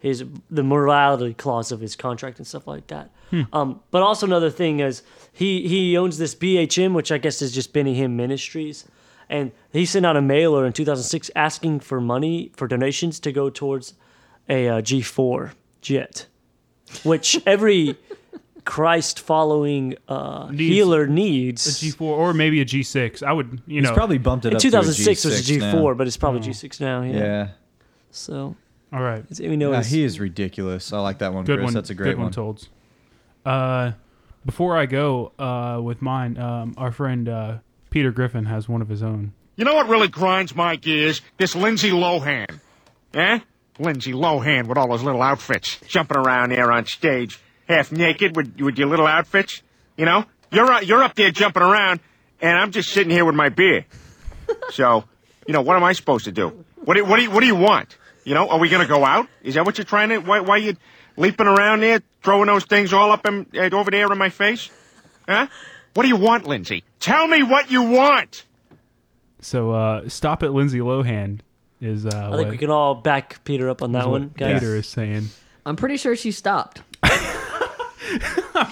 his the morality clause of his contract and stuff like that.
Hmm.
Um, but also another thing is he he owns this BHM, which I guess is just Benny Hinn Ministries, and he sent out a mailer in 2006 asking for money for donations to go towards a uh, G4 jet, which every Christ following uh, healer needs
a G4 or maybe a G6. I would, you
He's
know,
probably bumped it In up to a 2006 it was a G6 G4, now. but it's probably G6 now, yeah.
Yeah.
So,
all right,
we know
Nah,
it's-
he is ridiculous. I like that one,
good
Chris.
one.
That's a great
good one, Tolds. Uh, before I go uh, with mine, um, our friend uh, Peter Griffin has one of his own.
You know what really grinds my gears? This Lindsay Lohan. Eh? Lindsay Lohan with all those little outfits, jumping around there on stage, half naked with, with your little outfits. You know, you're uh, you're up there jumping around, and I'm just sitting here with my beer. So, you know, what am I supposed to do? What do, what do you, what do you want? You know, are we going to go out? Is that what you're trying to? Why why you leaping around there, throwing those things all up in, uh, over there in my face? Huh? What do you want, Lindsay? Tell me what you want.
So uh, stop at Lindsay Lohan is. Uh,
I think we can all back Peter up on that one, guys.
Peter is saying.
I'm pretty sure she stopped.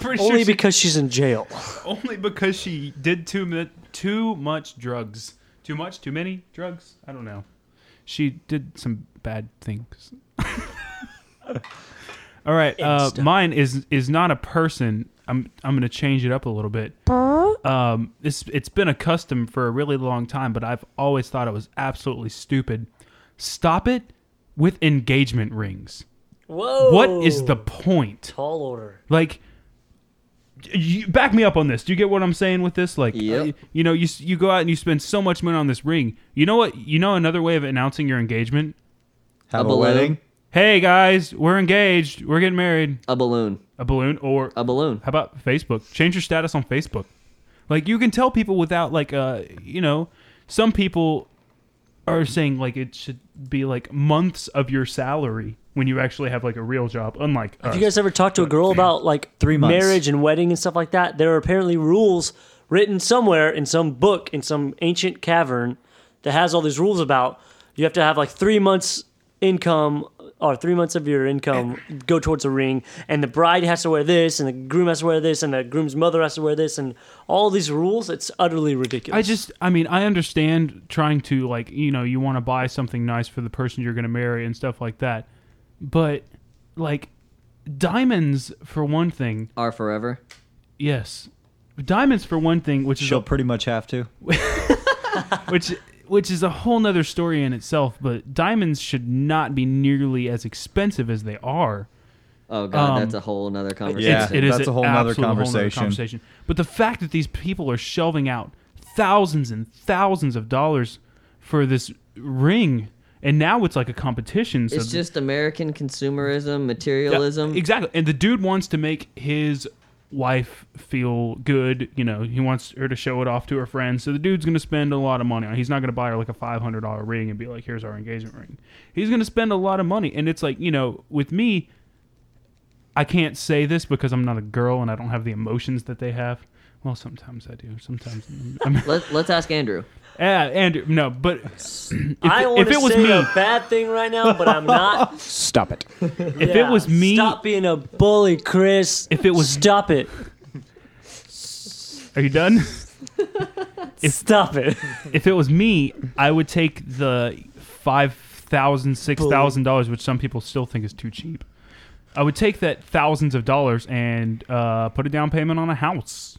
pretty
Only
sure she-
because she's in jail.
Only because she did too mi- too much drugs. Too much, too many drugs. I don't know. She did some bad things. All right, uh, mine is is not a person. I'm I'm gonna change it up a little bit. Um, it's it's been a custom for a really long time, but I've always thought it was absolutely stupid. Stop it with engagement rings.
Whoa!
What is the point?
Tall order.
Like, you, back me up on this. Do you get what I'm saying with this? Like, uh, you know, you s- you go out and you spend so much money on this ring. You know what? You know another way of announcing your engagement?
Have A a wedding. balloon.
Hey guys, we're engaged. We're getting married.
A balloon.
A balloon or
a balloon.
How about Facebook? Change your status on Facebook. Like you can tell people without like uh you know, some people are saying like it should be like months of your salary when you actually have like a real job unlike
Have
us.
you guys ever talked to a girl about like
Three months.
marriage and wedding and stuff like that? There are apparently rules written somewhere in some book in some ancient cavern that has all these rules about you have to have like three months income or three months of your income go towards a ring and the bride has to wear this and the groom has to wear this and the groom's mother has to wear this and all these rules it's utterly ridiculous
I just, I mean, I understand trying to like, you know, you want to buy something nice for the person you're going to marry and stuff like that, but like, diamonds for one thing
are forever.
Yes, diamonds for one thing, which is
She'll
a-
pretty much have to.
which which is a whole nother story in itself. But diamonds should not be nearly as expensive as they are.
Oh God, that's a whole nother conversation.
Um, it's- it is
that's a whole
an
nother
absolute whole nother
conversation.
conversation. But the fact that these people are shelving out thousands and thousands of dollars for this ring, and now it's like a competition. So
It's just American consumerism, materialism.
Yeah, exactly. And the dude wants to make his wife feel good. You know, he wants her to show it off to her friends. So the dude's going to spend a lot of money on. it. He's not going to buy her like a five hundred dollar ring and be like, "Here's our engagement ring." He's going to spend a lot of money, and it's like you know, with me, I can't say this because I'm not a girl and I don't have the emotions that they have. Well, sometimes I do. Sometimes I'm,
Let, let's ask Andrew.
yeah, Andrew. No, but if,
I
if
want to
it was
say
me,
a bad thing right now, but I'm not.
Stop it.
If it was me,
stop being a bully, Chris.
If it was,
stop it.
Are you done?
stop it.
if it was me, I would take the five thousand, six thousand dollars, which some people still think is too cheap. I would take that thousands of dollars and uh, put a down payment on a house.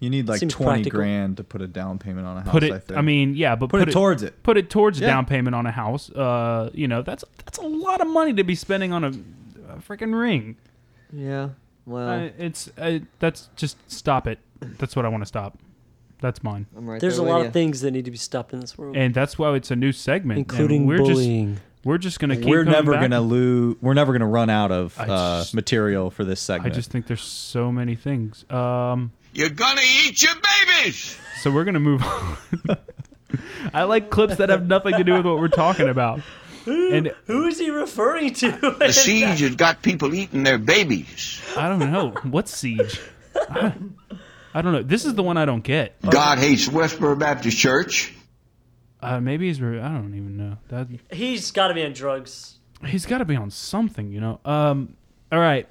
You need like
Seems
twenty
practical.
grand to put a down payment on a house.
Put
I,
it.
think.
I, mean, yeah, but
put, it, towards it.
Put it towards a
Yeah.
down payment on a house. Uh, you know, that's that's a lot of money to be spending on a, a freaking ring.
Yeah. Well,
Uh, it's uh, that's just stop it. That's what I want to stop. That's mine.
I'm right
There's a lot of things that need to be stopped in this world.
and that's why it's a new segment, and
Including
we're
bullying.
Just, we're just gonna keep.
We're
coming
never
back.
gonna lose. We're never gonna run out of
I
uh,
just-
material for this
I
segment.
just think there's so many things. Um,
You're gonna eat your babies.
so we're gonna move on. I like clips that have nothing to do with what we're talking about.
who,
and-
who is he referring to?
The siege has got people eating their babies.
I don't know what siege. I, I don't know. This is the one I don't get.
God hates Westboro Baptist Church.
Uh, maybe he's. Re- I don't even know. That
He's got to be on drugs.
he's got to be on something, you know. Um, all right.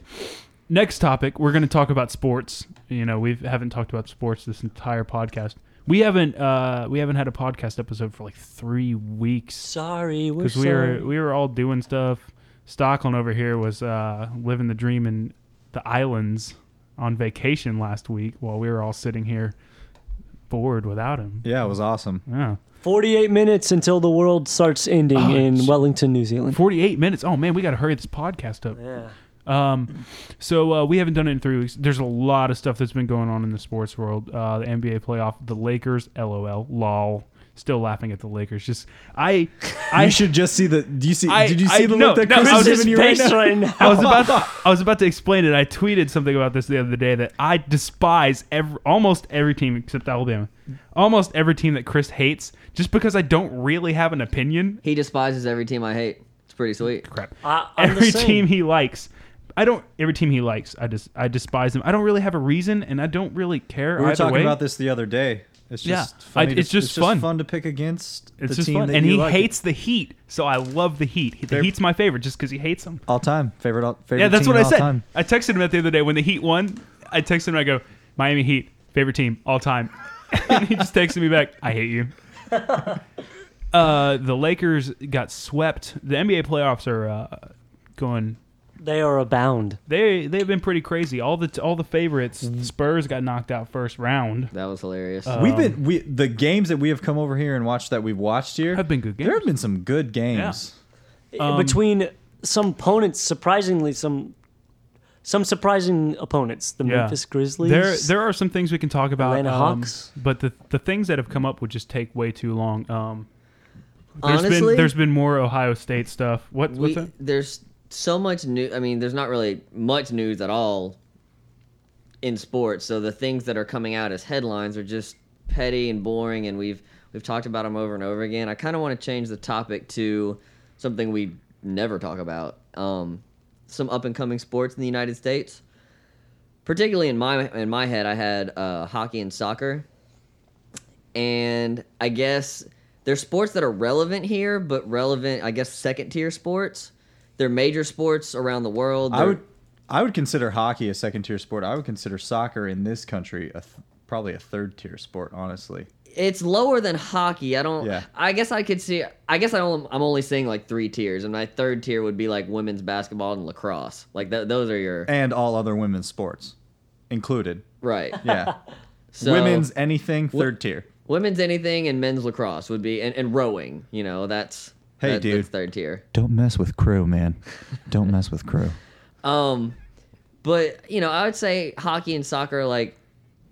Next topic, we're going to talk about sports. You know, we haven't talked about sports this entire podcast. We haven't uh, we haven't had a podcast episode for like three weeks.
Sorry, we're
we
sorry.
were we were all doing stuff. Stockholm over here was uh, living the dream in the islands on vacation last week while we were all sitting here bored without him.
Yeah, it was awesome.
Yeah.
48 minutes until the world starts ending
Oh,
in Wellington, New Zealand.
48 minutes. Oh man, we got to hurry this podcast up.
Yeah.
Um, so uh, we haven't done it in three weeks. There's a lot of stuff that's been going on in the sports world. Uh, the NBA playoff, the Lakers, LOL, lol. Still laughing at the Lakers. Just I, I
I should just see the. Do you see?
I-
did you
I-
see the
no,
look that
no,
Chris
I
is
was-
giving you right now?
I was about to, I was about to explain it. I tweeted something about this the other day that I despise every, almost every team except Alabama. Almost every team that Chris hates just because I don't really have an opinion.
He despises every team I hate. It's pretty sweet.
Crap.
I, I'm the
every
same.
team he likes. I don't every team he likes. I just I despise them. I don't really have a reason and I don't really care
We were
either
talking
way.
about this the other day. It's
Yeah.
just
I-
funny to-
it's just fun.
fun to pick against
it's
the
just
team
fun.
that
And
you
he
like.
hates the Heat, so I love the Heat. The
They're-
Heat's my favorite just cuz he hates them.
all time favorite. All, favorite
Yeah, that's
team
what I
all
said.
Time.
I texted him that the other day when the Heat won. I texted him. I go, Miami Heat, favorite team all time. and he just texted me back, I hate you. uh, the Lakers got swept. The NBA playoffs are uh, going.
They are abound.
They they've been pretty crazy. All the all the favorites.
Mm.
The Spurs got knocked out first round.
That was hilarious.
Uh,
We've been we the games that we have come over here and watched that we've watched here
Have been good
There
games.
have been some good games.
Um,
Between some opponents, surprisingly, some some surprising opponents, the Memphis Grizzlies.
There, there are some things we can talk about.
Atlanta
um,
Hawks.
But the the things that have come up would just take way too long. Um, there's
Honestly-
been there's been more Ohio State stuff. What
we,
what's that?
there's so much new. I mean, there's not really much news at all in sports. So the things that are coming out as headlines are just petty and boring, and we've we've talked about them over and over again. I kind of want to change the topic to something we never talk about. Um, some up and coming sports in the United States, particularly in my in my head, I had uh, hockey and soccer and I guess they're sports that are relevant here, but relevant, I guess, second tier sports. They're major sports around the world.
I
They're-
would I would consider hockey a second tier sport. I would consider soccer in this country a th- probably a third tier sport. Honestly,
it's lower than hockey. I don't.
Yeah.
I guess I could see. I guess I don't, I'm only seeing like three tiers, and my third tier would be like women's basketball and lacrosse. Like th- those are your
and all other women's sports included.
right.
Yeah,
So
women's anything third tier.
women's anything and men's lacrosse would be and, and rowing. You know that's
Hey,
that-
dude.
that's third tier.
Don't mess with crew, man. Don't mess with crew.
Um, but you know, I would say hockey and soccer are like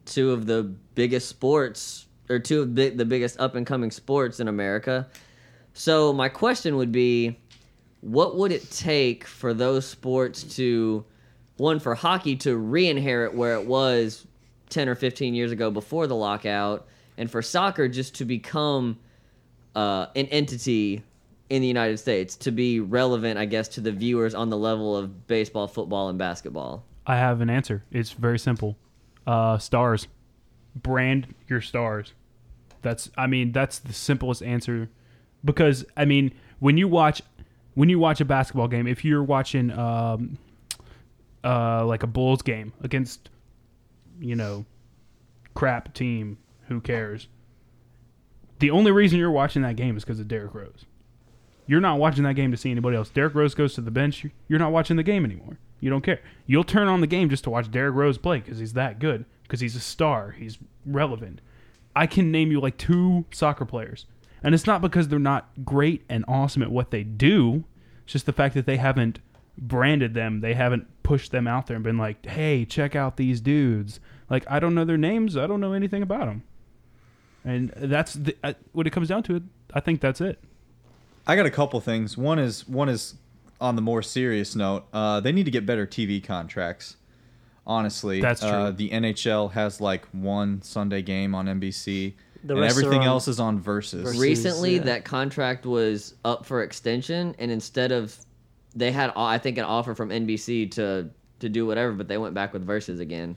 two of the biggest sports, or two of the, the biggest up and coming sports in America. So my question would be, what would it take for those sports to, one for hockey to re-inherit where it was ten or fifteen years ago before the lockout, and for soccer just to become uh, an entity in the United States to be relevant, I guess, to the viewers on the level of baseball, football, and basketball.
I have an answer. It's very simple. Uh, stars. Brand your stars. That's I mean that's the simplest answer because I mean when you watch when you watch a basketball game if you're watching um, uh, like a Bulls game against you know crap team who cares the only reason you're watching that game is because of Derrick Rose you're not watching that game to see anybody else. Derrick Rose goes to the bench. You're not watching the game anymore. You don't care. You'll turn on the game just to watch Derrick Rose play because he's that good, because he's a star. He's relevant. I can name you like two soccer players. And it's not because they're not great and awesome at what they do. It's just the fact that they haven't branded them. They haven't pushed them out there and been like, hey, check out these dudes. Like, I don't know their names. I don't know anything about them. And that's the, uh, when it comes down to it. I think that's it.
I got a couple things. One is one is on the more serious note. Uh, they need to get better TV contracts. Honestly,
That's
Uh,
true.
the NHL has like one Sunday game on NBC,
The
and
rest are
everything
on-
else is on Versus.
Versus.
Recently,
yeah.
that contract was up for extension, and instead of they had, I think, an offer from NBC to to do whatever, but they went back with verses again.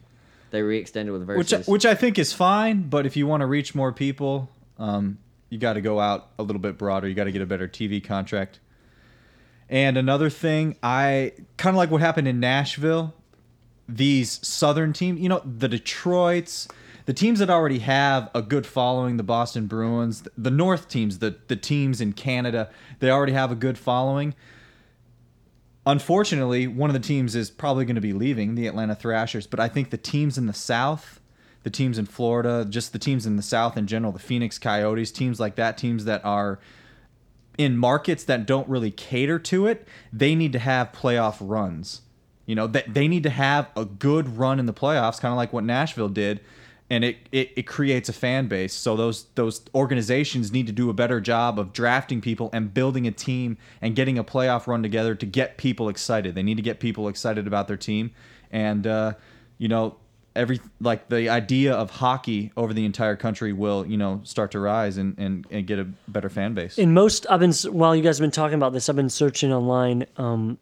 They re-extended with
which
verses.
which I think is fine. But if you want to reach more people, um, you got to go out a little bit broader. You got to get a better TV contract. And another thing, I kind of like what happened in Nashville. These Southern teams, you know, the Detroits, the teams that already have a good following, the Boston Bruins, the North teams, the the teams in Canada, they already have a good following. Unfortunately, one of the teams is probably going to be leaving, the Atlanta Thrashers, but I think the teams in the South, the teams in Florida, just the teams in the South in general, the Phoenix Coyotes, teams like that, teams that are in markets that don't really cater to it, they need to have playoff runs. You know, that they need to have a good run in the playoffs, kind of like what Nashville did, and it, it it creates a fan base. So those those organizations need to do a better job of drafting people and building a team and getting a playoff run together to get people excited. They need to get people excited about their team, and uh, you know every like the idea of hockey over the entire country will you know start to rise and and, and get a better fan base.
In most, I've been while you guys have been talking about this, I've been searching online, um,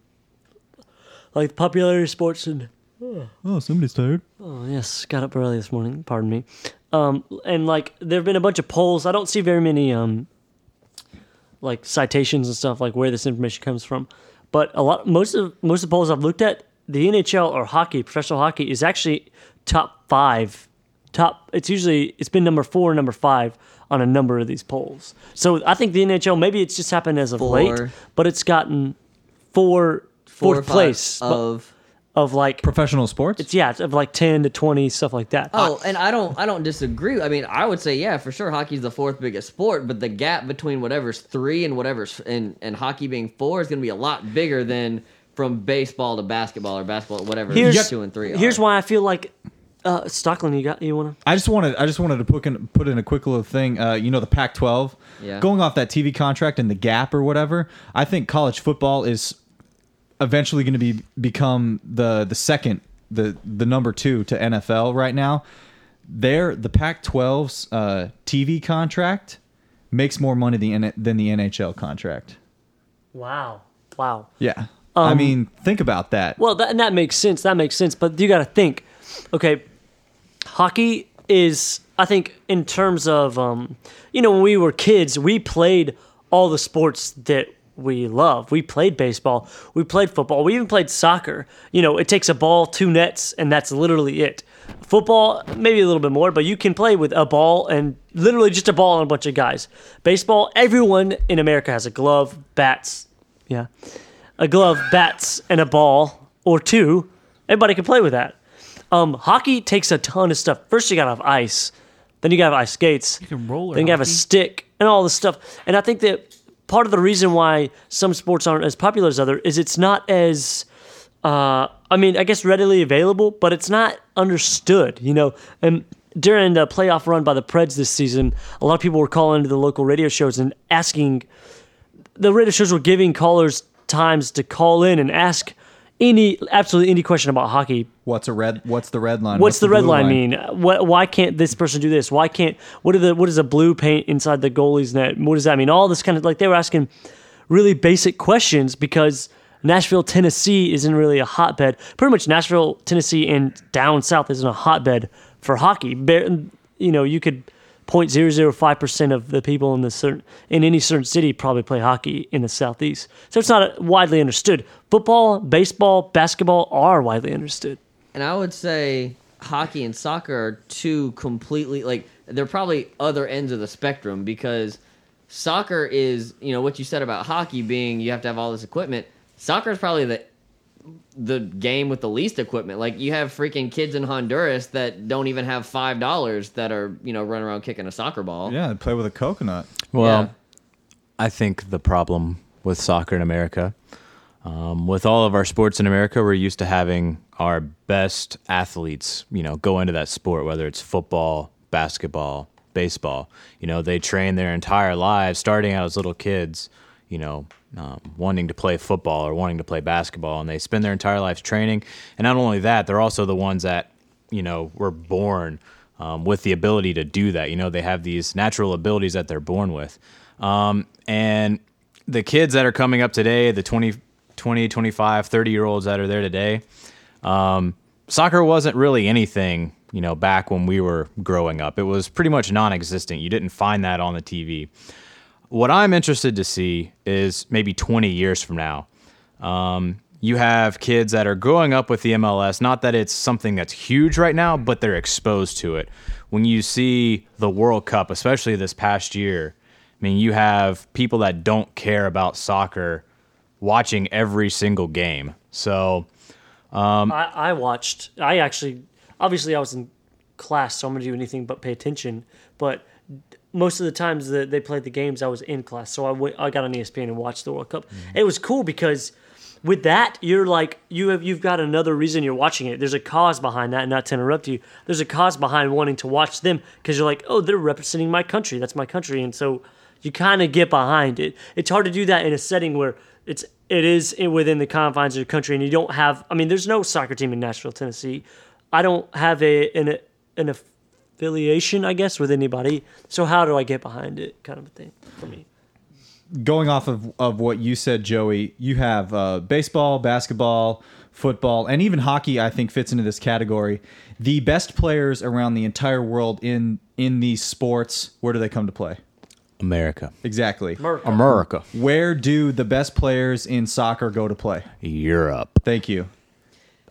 like popularity of sports and
Oh, somebody's tired.
Oh yes, got up early this morning. Pardon me. Um, and like there have been a bunch of polls. I don't see very many um, like citations and stuff like where this information comes from. But a lot, most of most of the polls I've looked at, the NHL or hockey, professional hockey, is actually top five. Top. It's usually it's been number four, number five on a number of these polls. So I think the NHL maybe it's just happened as of late,
Four.
but it's gotten four
Four or
fourth
five
place
of-
of like
professional sports.
It's yeah, it's of like ten to twenty stuff like that.
Oh, and I don't I don't disagree. I mean, I would say yeah, for sure hockey's the fourth biggest sport, but the gap between whatever's 3 and whatever's and and hockey being 4 is going to be a lot bigger than from baseball to basketball or basketball whatever 2 and 3 are.
Here's why I feel like uh, Stockland. You got you want to
I just wanted I just wanted to put in, put in a quick little thing. Uh, you know the Pac-12,
Yeah.
going off that TV contract and the gap or whatever. I think college football is eventually going to be become the the second the the number two to NFL right now. There, the Pac-12's uh, TV contract makes more money than than the NHL contract.
wow wow.
Yeah, I
Um,
mean, think about that.
Well, that, and that makes sense. That makes sense. But you got to think. Okay, hockey is. I think in terms of um, you know when we were kids, we played all the sports that we love. We played baseball. We played football. We even played soccer. You know, it takes a ball, two nets, and that's literally it. Football, maybe a little bit more, but you can play with a ball and literally just a ball and a bunch of guys. Baseball, everyone in America has a glove, bats, yeah. A glove, bats, and a ball or two. Everybody can play with that. Um, hockey takes a ton of stuff. First, you gotta have ice. Then you gotta have ice skates. You
can roller.
Then you gotta have a
hockey.
stick and all this stuff. And I think that part of the reason why some sports aren't as popular as other is it's not as uh, I mean, I guess readily available, but it's not understood, you know. And during the playoff run by the Preds this season, a lot of people were calling to the local radio shows and asking the radio shows were giving callers times to call in and ask any absolutely any question about hockey.
What's a red? What's the red line?
What's, the, red
blue
line, mean? What, why can't this person do this? Why can't what are the what is a blue paint inside the goalie's net? What does that mean? All this kind of like they were asking really basic questions because Nashville, Tennessee isn't really a hotbed. Pretty much Nashville, Tennessee and down south isn't a hotbed for hockey. Bare- You know, you could 0.005% of the people in the certain in any certain city probably play hockey in the southeast. So it's not widely understood. Football, baseball, basketball are widely understood.
and I would say hockey and soccer are two completely like they're probably other ends of the spectrum because soccer is you know what you said about hockey being you have to have all this equipment. Soccer is probably the the game with the least equipment. Like you have freaking kids in Honduras that don't even have five dollars that are you know running around kicking a soccer ball.
Yeah, they play with a coconut.
Well,
Yeah.
I think the problem with soccer in America, um, with all of our sports in America, we're used to having our best athletes, you know, go into that sport, whether it's football, basketball, baseball. You know, they train their entire lives, starting out as little kids, you know, um, wanting to play football or wanting to play basketball, and they spend their entire lives training. And not only that, they're also the ones that you know were born um, with the ability to do that. You know, they have these natural abilities that they're born with. Um, and the kids that are coming up today, the 20, 20 25, 30 year olds that are there today, um, soccer wasn't really anything, you know, back when we were growing up. It was pretty much non existent. You didn't find that on the TV. What I'm interested to see is maybe 20 years from now, um, you have kids that are growing up with the MLS. Not that it's something that's huge right now, but they're exposed to it. When you see the World Cup, especially this past year, I mean, you have people that don't care about soccer watching every single game. So, um,
I, I watched. I actually, obviously, I was in class, so I'm gonna do anything but pay attention. But most of the times that they played the games, I was in class, so I went- I got on E ESPN and watched the World Cup. It was cool because with that, you're like you have you've got another reason you're watching it. There's a cause behind that. Not to interrupt you, there's a cause behind wanting to watch them because you're like, oh, they're representing my country. That's my country, and so you kind of get behind it. It's hard to do that in a setting where it's it is in- within the confines of your country, and you don't have. I mean, there's no soccer team in Nashville, Tennessee. I don't have a an an affiliation, I guess, with anybody. So how do I get behind it? Kind of a thing for me.
going off of, of what you said, Joey, you have uh, baseball, basketball, football, and even hockey. I think fits into this category. The best players around the entire world in in these sports, where do they come to play?
America.
Exactly. Um,
America. America.
Where do the best players in soccer go to play?
Europe.
Thank you.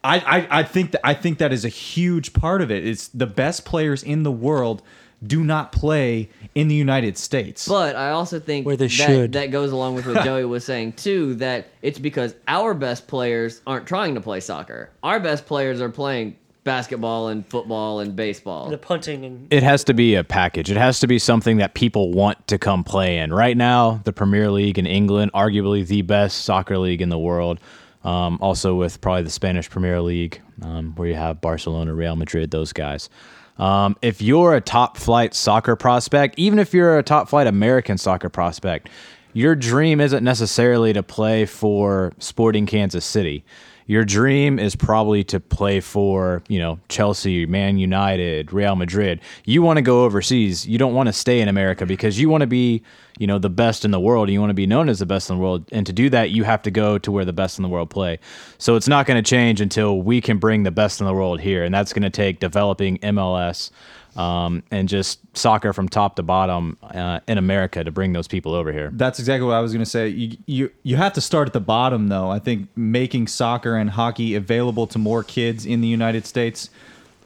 I, I, I think that I think that is a huge part of it. It's the best players in the world do not play in the United States.
But I also think
Where they
that,
should.
that goes along with what Joey was saying too, that it's because our best players aren't trying to play soccer. Our best players are playing basketball and football and baseball.
The punting and
It has to be a package. It has to be something that people want to come play in. Right now, the Premier League in England, arguably the best soccer league in the world. Um, also, with probably the Spanish Premier League, um, where you have Barcelona, Real Madrid, those guys. Um, if you're a top flight soccer prospect, even if you're a top flight American soccer prospect, your dream isn't necessarily to play for Sporting Kansas City. Your dream is probably to play for, you know, Chelsea, Man United, Real Madrid. You want to go overseas. You don't want to stay in America because you want to be, you know, the best in the world. You want to be known as the best in the world. And to do that, you have to go to where the best in the world play. So it's not going to change until we can bring the best in the world here. And that's going to take developing MLS um, and just soccer from top to bottom uh, in America to bring those people over here.
That's exactly what I was going to say. You, you you have to start at the bottom though. I think making soccer and hockey available to more kids in the United States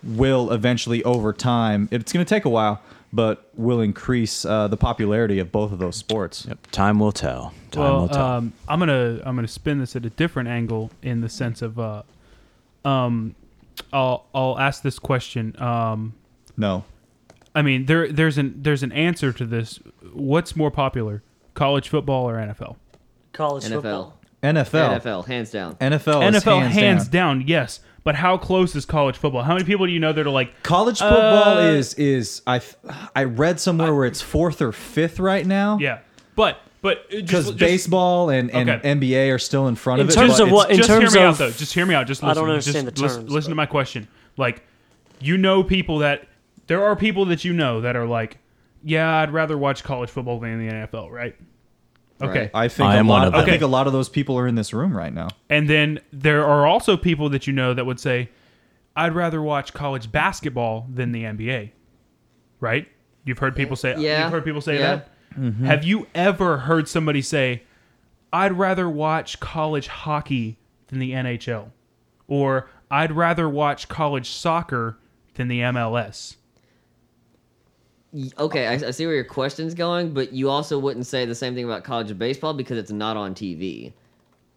will eventually over time. It's going to take a while, but will increase uh, the popularity of both of those sports.
Yep. Time will tell. Time will
well,
tell.
um, I'm gonna I'm gonna spin this at a different angle in the sense of, uh, um, I'll I'll ask this question. Um,
no,
I mean there there's an there's an answer to this. What's more popular, college football or NFL?
college
NFL.
football.
NFL.
NFL, hands down.
NFL is
NFL
Oh, hands
hands, down. yes. But how close is college football? How many people do you know that are like uh,
College football is is I I read somewhere where it's fourth or fifth right now.
yeah, but but uh, just-
Because
just-
baseball and, and
Okay.
NBA are still in front of it.
Just-
but it's-
just hear me out, though. Just hear me out. Just listen. Just lis- Listen, to my question. Like, you know, people that there are people that you know that are like, yeah, I'd rather watch college football than the NFL, right? Okay,
Right. I think a lot I think a lot of those people are in this room right now.
And then there are also people that you know that would say, I'd rather watch college basketball than the NBA. Right? You've heard people say
Yeah.
you've heard people say
Yeah.
that.
Mm-hmm.
Mhm.
Have you ever heard somebody say, I'd rather watch college hockey than the NHL? Or I'd rather watch college soccer than the MLS.
Y- Okay, I, I see where your question's going, but you also wouldn't say the same thing about college baseball because it's not on TV.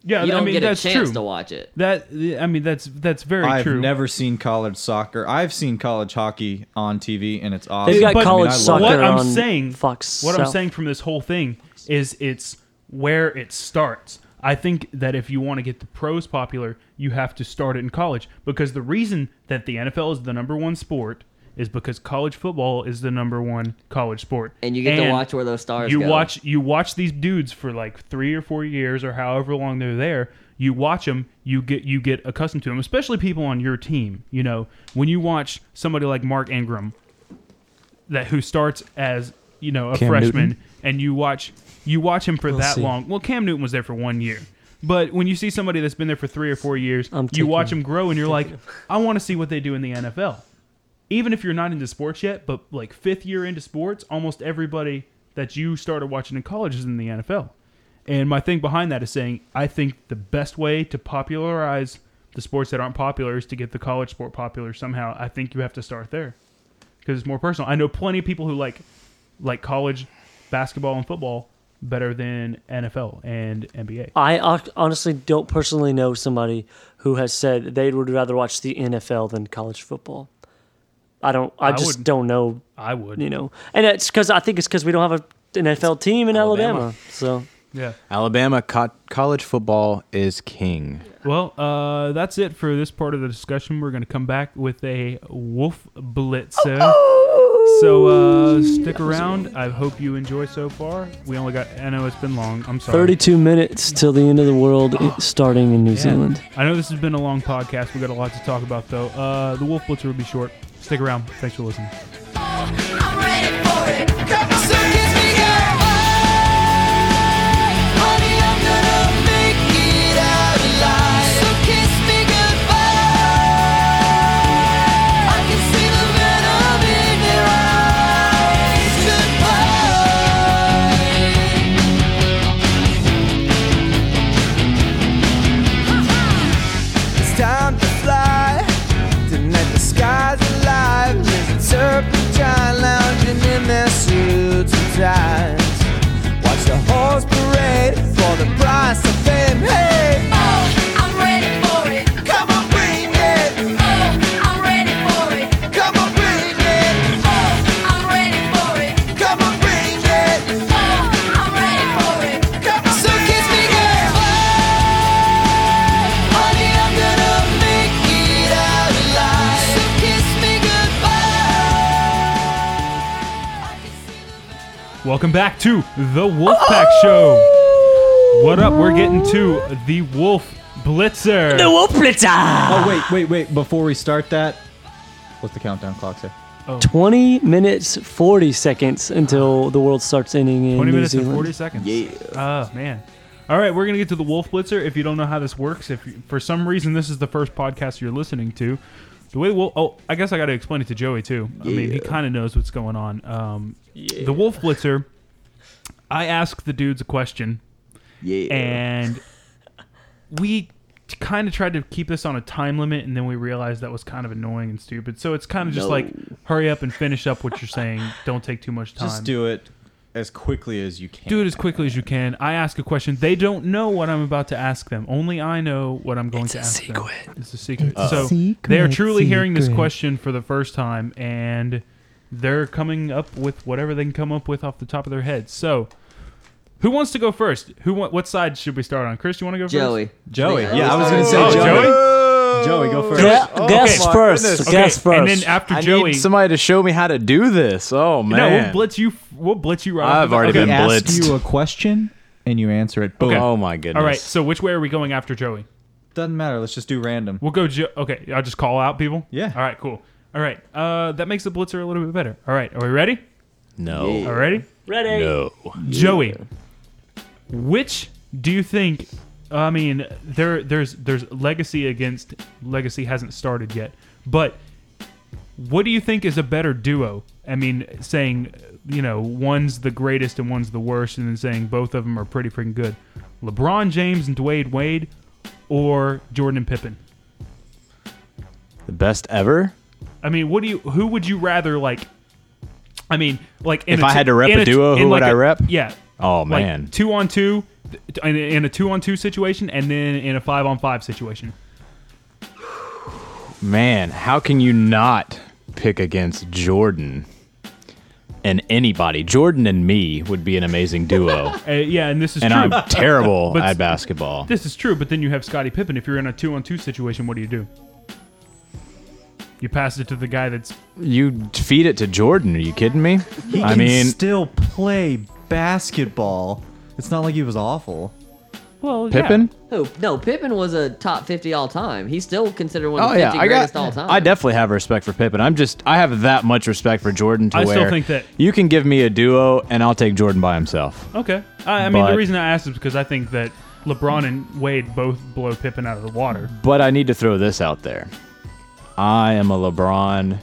Yeah,
you
I
don't
mean
get
that's
a chance
true.
to watch it.
That I mean that's that's very
I've
true.
never seen college soccer. I've seen college hockey on TV, and it's awesome.
They've got
I mean,
college
I love
soccer
it.
what I'm saying,
Fox
What I'm
South.
saying from this whole thing is it's where it starts. I think that if you want to get the pros popular, you have to start it in college because the reason that the NFL is the number one sport is because college football is the number one college sport,
And you get to watch where those stars
You
go.
watch you watch these dudes for like three or four years or however long they're there. You watch them, you get you get accustomed to them, especially people on your team. You know when you watch somebody like Mark Ingram that who starts as you know a
Cam
freshman
Newton.
and you watch you watch him for
We'll
that
see.
long. Well, Cam Newton was there for one year, But when you see somebody that's been there for three or four years, you watch them grow, and you're like, I want to see what they do in the NFL. Even if you're not into sports yet, but like fifth year into sports, almost everybody that you started watching in college is in the NFL. And my thing behind that is saying, I think the best way to popularize the sports that aren't popular is to get the college sport popular somehow. I think you have to start there because it's more personal. I know plenty of people who like like college basketball and football better than NFL and NBA.
I hon- honestly don't personally know somebody who has said that they would rather watch the NFL than college football. I don't. I,
I
just
would.
don't know.
I would.
You know, and it's because I think it's because we don't have a, an NFL team in Alabama.
Alabama.
So
Yeah.
Alabama co- college football is king.
Well, uh, that's it for this part of the discussion. We're going to come back with a Wolf Blitzer. So uh, stick around. I hope you enjoy so far. We only got, I know it's been long. I'm sorry.
thirty-two minutes till the end of the world, i- starting in New Zealand.
I know this has been a long podcast. we got a lot to talk about, though. Uh, the Wolf Blitzer will be short. Stick around. Thanks for listening.
It's time to fly. Tonight the sky's alive. There's a serpentine lounging in their suits and ties. Watch the horse parade for the price of fame. Hey, oh, I'm ready for it. Come on, bring it. Oh, I'm ready for it. Come on, bring it. Oh, I'm ready for it. Come on, bring it. Oh, I'm ready for it. Come on, so kiss me, girl. Honey, I'm gonna make it out alive. So kiss me goodbye.
Welcome back to the Wolfpack Show. What up? We're getting to the Wolf Blitzer.
Oh wait, wait, wait! Before we start that, what's the countdown clock say?
Twenty minutes forty seconds until the world starts ending in
20
New
minutes
Zealand.
and 40 seconds. Yeah. Oh, man. All right, we're going to get to the Wolf Blitzer. If you don't know how this works, if you, for some reason this is the first podcast you're listening to, the way Wolf. Oh, I guess I got to explain it to Joey, too. I mean, he
Yeah.
kind of knows what's going on. Um, The Wolf Blitzer, I ask the dudes a question.
Yeah.
And we kind of tried to keep this on a time limit, and then we realized that was kind of annoying and stupid. So it's kind of just
No.
like, hurry up and finish up what you're saying. don't take too much time
Just do it as quickly as you can.
do it as quickly as you can. I ask a question. They don't know what I'm about to ask them. Only I know what I'm going to ask them. It's a secret.
It's a
so they are
secret,
truly hearing this
secret.
question for the first time, and they're coming up with whatever they can come up with off the top of their head. So, who wants to go first? Who? wa- What side should we start on? Chris, you want to go
Joey.
first?
Joey. Yeah, I was gonna say
Oh,
Joey.
Joey, go first.
Guess-
Oh,
guess
my
first, guess
Okay,
and then first. after
I need
Joey-
somebody to show me how to do this. Oh man,
No, we'll blitz you. We'll blitz you right. off
I've
the-
already
okay.
been blitzed.
you a question and you answer it. Boom.
Okay.
Oh my goodness.
All right. So which way are we going after Joey?
Doesn't matter. Let's just do random.
We'll go. Jo- okay, I'll just call out people. Yeah. All right. Cool. All right. Uh, that makes the blitzer a little bit better. All right. Are we ready?
No.
All ready?
Ready.
No.
Joey, which do you think? I mean, there, there's, there's legacy against legacy hasn't started yet, but what do you think is a better duo? I mean, saying you know one's the greatest and one's the worst, and then saying both of them are pretty freaking good. LeBron James and Dwayne Wade, or Jordan and Pippen.
The best ever.
I mean, what do you? Who would you rather like? I mean, like
If I
I
had to rep a duo, who would
I
I rep?
Yeah.
Oh,
Like,
man.
two on two, th- in a- in a two on two situation, and then in a five on five situation.
Man, how can you not pick against Jordan and anybody? Jordan and me would be an amazing duo.
Uh, yeah, and this is
and
true.
I'm terrible
But
at basketball.
This is true, but then you have Scottie Pippen. If you're in a two on two situation, what do you do? You pass it to the guy that's
You feed it to Jordan. Are you kidding me?
He
I
can
mean,
still play basketball. It's not like he was awful.
Well,
Pippen?
Who? No, Pippen was a top 50 all time. He's still considered one of
oh
the
yeah,
50
I
greatest
got.
all time.
I definitely have respect for Pippen. I'm just, I have that much respect for Jordan to
I
where
still think that-
you can give me a duo and I'll take Jordan by himself.
okay. I, I mean, the
But-
reason I asked is because I think that LeBron and Wade both blow Pippen out of the water.
But I need to throw this out there. I am a LeBron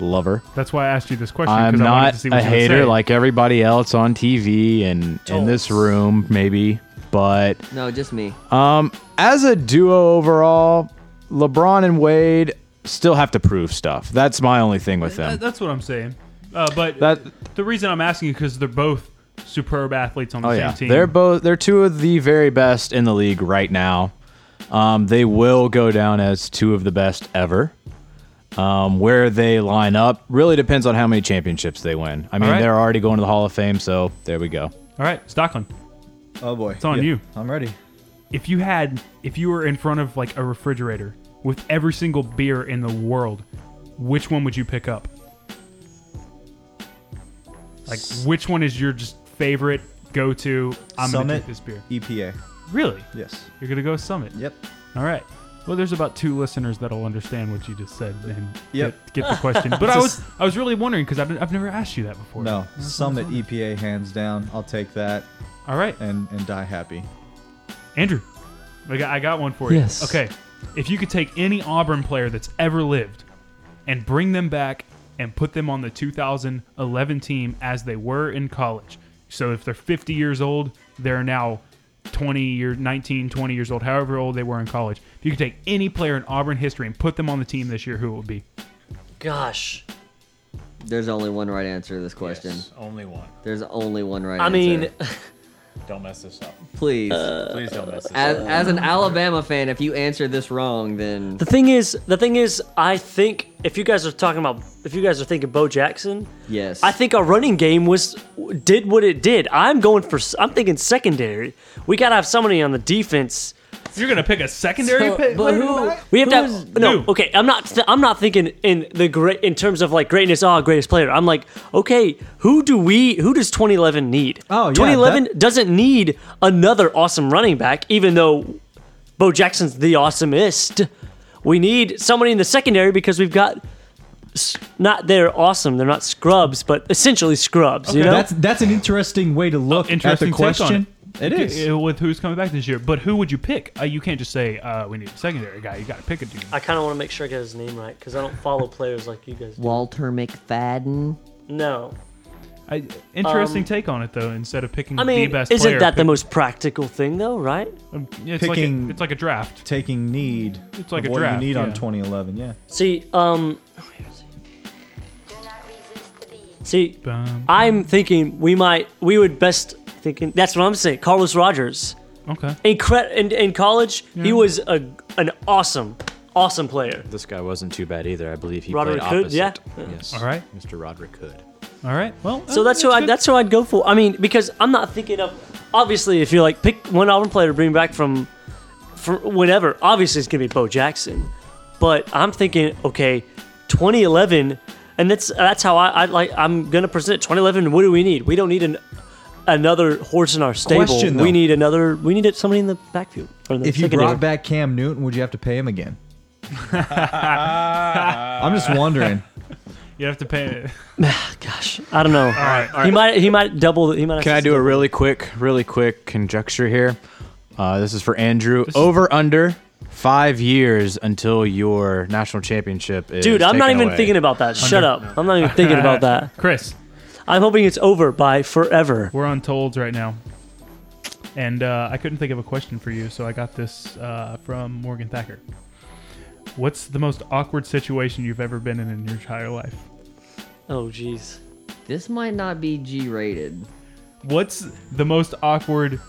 lover.
That's why I asked you this question. 'cause
I'm
I wanted
not
to see what
a
you would
hater
say.
like everybody else on TV and in this room, maybe. But
No, just me.
um, as a duo overall, LeBron and Wade still have to prove stuff. That's my only thing with
Th-
them.
That's what I'm saying. Uh, but
That-
the reason I'm asking you because they're both superb athletes on the
Oh
same
yeah,
team.
they're both they're two of the very best in the league right now. Um, they will go down as two of the best ever. Um, where they line up really depends on how many championships they win. I mean,
All right.
they're already going to the Hall of Fame, so there we go.
All right, Stockland.
Oh boy,
it's on
Yeah,
you.
I'm ready.
If you had, if you were in front of like a refrigerator with every single beer in the world, which one would you pick up? Like, which one is your just favorite go to? I'm gonna
Summit
drink this beer.
EPA.
Really?
Yes.
You're gonna go Summit.
Yep.
All right. Well, there's about two listeners that'll understand what you just said and
Yep.
get, get the question. But
It's
I
a
was I was really wondering because I've, I've never asked you that before.
No,
That's what I was
Summit
wondering.
EPA hands down. I'll take that.
All right.
And and die happy.
Andrew, I got, I got one for you.
Yes.
Okay. If you could take any Auburn player that's ever lived and bring them back and put them on the 2011 team as they were in college. So if they're 50 years old, they're now 20 year 19, 20 years old, however old they were in college. If you could take any player in Auburn history and put them on the team this year, who it would be?
Gosh.
There's only one right answer to this question.
only one.
There's only one right
I
answer.
mean,
Don't mess this up.
please.
Please don't mess
Uh,
this
As,
up.
as an Alabama fan, if you answer this wrong, then
the thing is, the thing is, I think if you guys are talking about, if you guys are thinking Bo Jackson,
yes.
I think our running game was did what it did. I'm going for. I'm thinking secondary. We gotta have somebody on the defense.
You're gonna pick a secondary
So,
pick?
but
who?
We have to have, no. Okay, I'm not. Th- I'm not thinking in the great in terms of like greatness. Oh, greatest player. I'm like, okay, who do we? Who does 2011 need? Oh,
yeah,
2011 doesn't need another awesome running back, even though Bo Jackson's the awesomest. We need somebody in the secondary because we've got s- not they're awesome. They're not scrubs, but essentially scrubs. You know,
That's that's an interesting way to look at
interesting
the Oh, question.
Take on it. Okay, uh, with who's coming back this year. But who would you pick? Uh, you can't just say uh, we need a secondary guy. You got to pick a dude.
I kind of want to make sure I get his name right because I don't follow players like you guys. do.
Walter McFadden.
No.
I, Interesting
Um,
take on it though. Instead of picking
I mean,
the best
isn't
player,
that the
pick-
most practical thing though? Right?
Yeah, it's
Picking-
like a, it's like a draft.
Taking need.
It's like
of
a
what
draft,
you need on
yeah.
2011. Yeah.
See, um, see, I'm thinking we might, we would best thinking. That's what I'm saying. Carlos Rogers.
Okay.
Incre- in, in college, he
Yeah.
was a an awesome, awesome player.
This guy wasn't too bad either. I believe he
Roderick
played
Hood,
opposite.
yeah.
Yes.
All right.
Mr. Roderick Hood.
All right. Well, uh,
So that's who I that's who I'd go for. I mean, because I'm not thinking of obviously if you're like pick one Auburn player to bring back from from whenever, obviously it's gonna be Bo Jackson. But I'm thinking, okay, 2011, and that's that's how I, I like I'm gonna present 2011. What do we need? We don't need an another horse in our stable.
Question, though.
we need another. We need somebody in the backfield. Or in the
If you
secondary.
brought back Cam Newton, would you have to pay him again? I'm just wondering.
You have to pay it.
Gosh, I don't know. All
right, all
He
right.
might he might double. He might. have
Can
to
I do a really quick, really quick conjecture here? Uh, this is for Andrew. Over under five years until your national championship is.
Dude, I'm not
taken
even
away.
thinking about that. Shut up. I'm not even thinking about that.
Chris.
I'm hoping it's over by forever.
We're on tolls right now. And uh, I couldn't think of a question for you, so I got this uh, from Morgan Thacker. What's the most awkward situation you've ever been in in your entire life?
Oh, jeez.
This might not be G rated.
What's the most awkward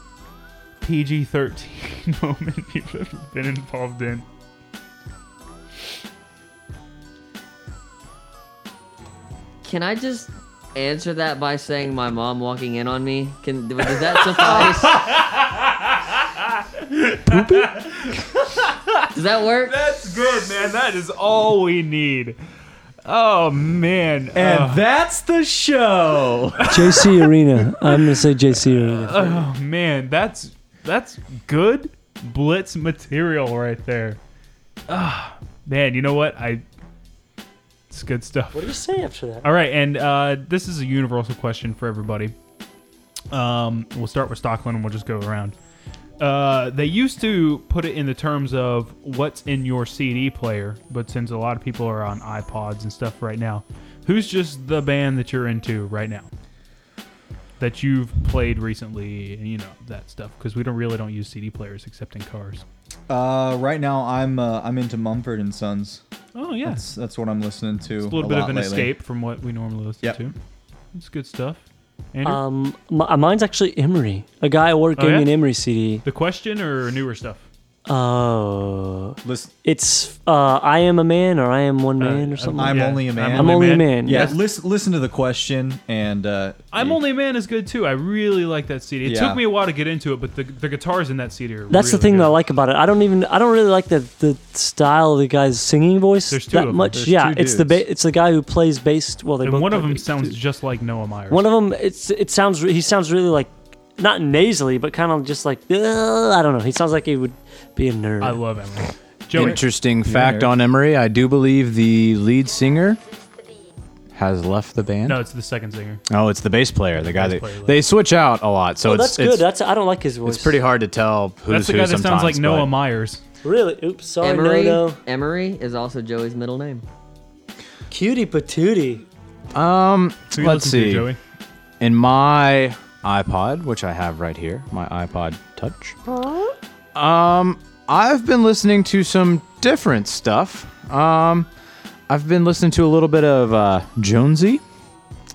PG 13 moment you've ever been involved in?
Can I just answer that by saying my mom walking in on me? Can does that suffice? Does that work?
That's good, man. That is all we need. Oh man.
And
that's the show.
JC Arena. I'm gonna say JC Arena.
Oh man, that's that's good blitz material right there. Ah, man, you know what? I it's good stuff.
What do you say after that?
All right, and uh, this is a universal question for everybody. Um, we'll start with Stockland, and we'll just go around. Uh, they used to put it in the terms of what's in your CD player, but since a lot of people are on iPods and stuff right now, who's just the band that you're into right now that you've played recently? You know that stuff because we don't really don't use CD players except in cars.
Uh, right now I'm uh, I'm into Mumford and Sons.
Oh yeah.
that's, that's what I'm listening to.
It's a little bit of
lot
an
lately.
escape from what we normally listen
Yep.
to. It's good stuff. Andrew?
Um, my, mine's actually Emery. A guy ordered
Oh,
gave
yeah?
me an Emery CD.
the question or newer stuff?
Oh, it's uh, I am a man or I am one
Uh,
man or something.
I'm
like that.
only a man.
I'm only a man.
Yeah,
yes.
listen listen to the question and uh,
I'm Only Man is good too. I really like that CD. It
Yeah.
took me a while to get into it, but the, the guitars in that CD are
That's
really
the thing that I like about it. I don't even I don't really like the the style of the guy's singing voice
There's two
that
of 'em.
much.
There's
yeah,
two
it's the ba- it's the guy who plays bass. Well, they
And
both
one
play
of them
bass,
sounds
too.
just like Noah Myers.
One of them it's it sounds re- he sounds really like not nasally, but kind of just like "Ugh," I don't know. He sounds like he would be a nerd. I
love him.
Interesting fact on Emery. I do believe the lead singer has left the band.
No, it's the second singer.
Oh, it's the bass player, the guy
Bass
that
player left.
they switch out a lot. So
oh,
it's,
that's good.
it's-
That's I don't like his voice.
it's pretty hard to tell who's
That's the
who
guy that sounds
sometimes,
like
but-
Noah Myers.
Really? Oops. Sorry,
Emery,
no, no.
Emery is also Joey's middle name.
Cutie patootie.
Um,
Who you
let's
listen to,
see.
Joey?
In my iPod, which I have right here, my iPod Touch. Um, I've been listening to some different stuff. Um, I've been listening to a little bit of uh, Jonesy.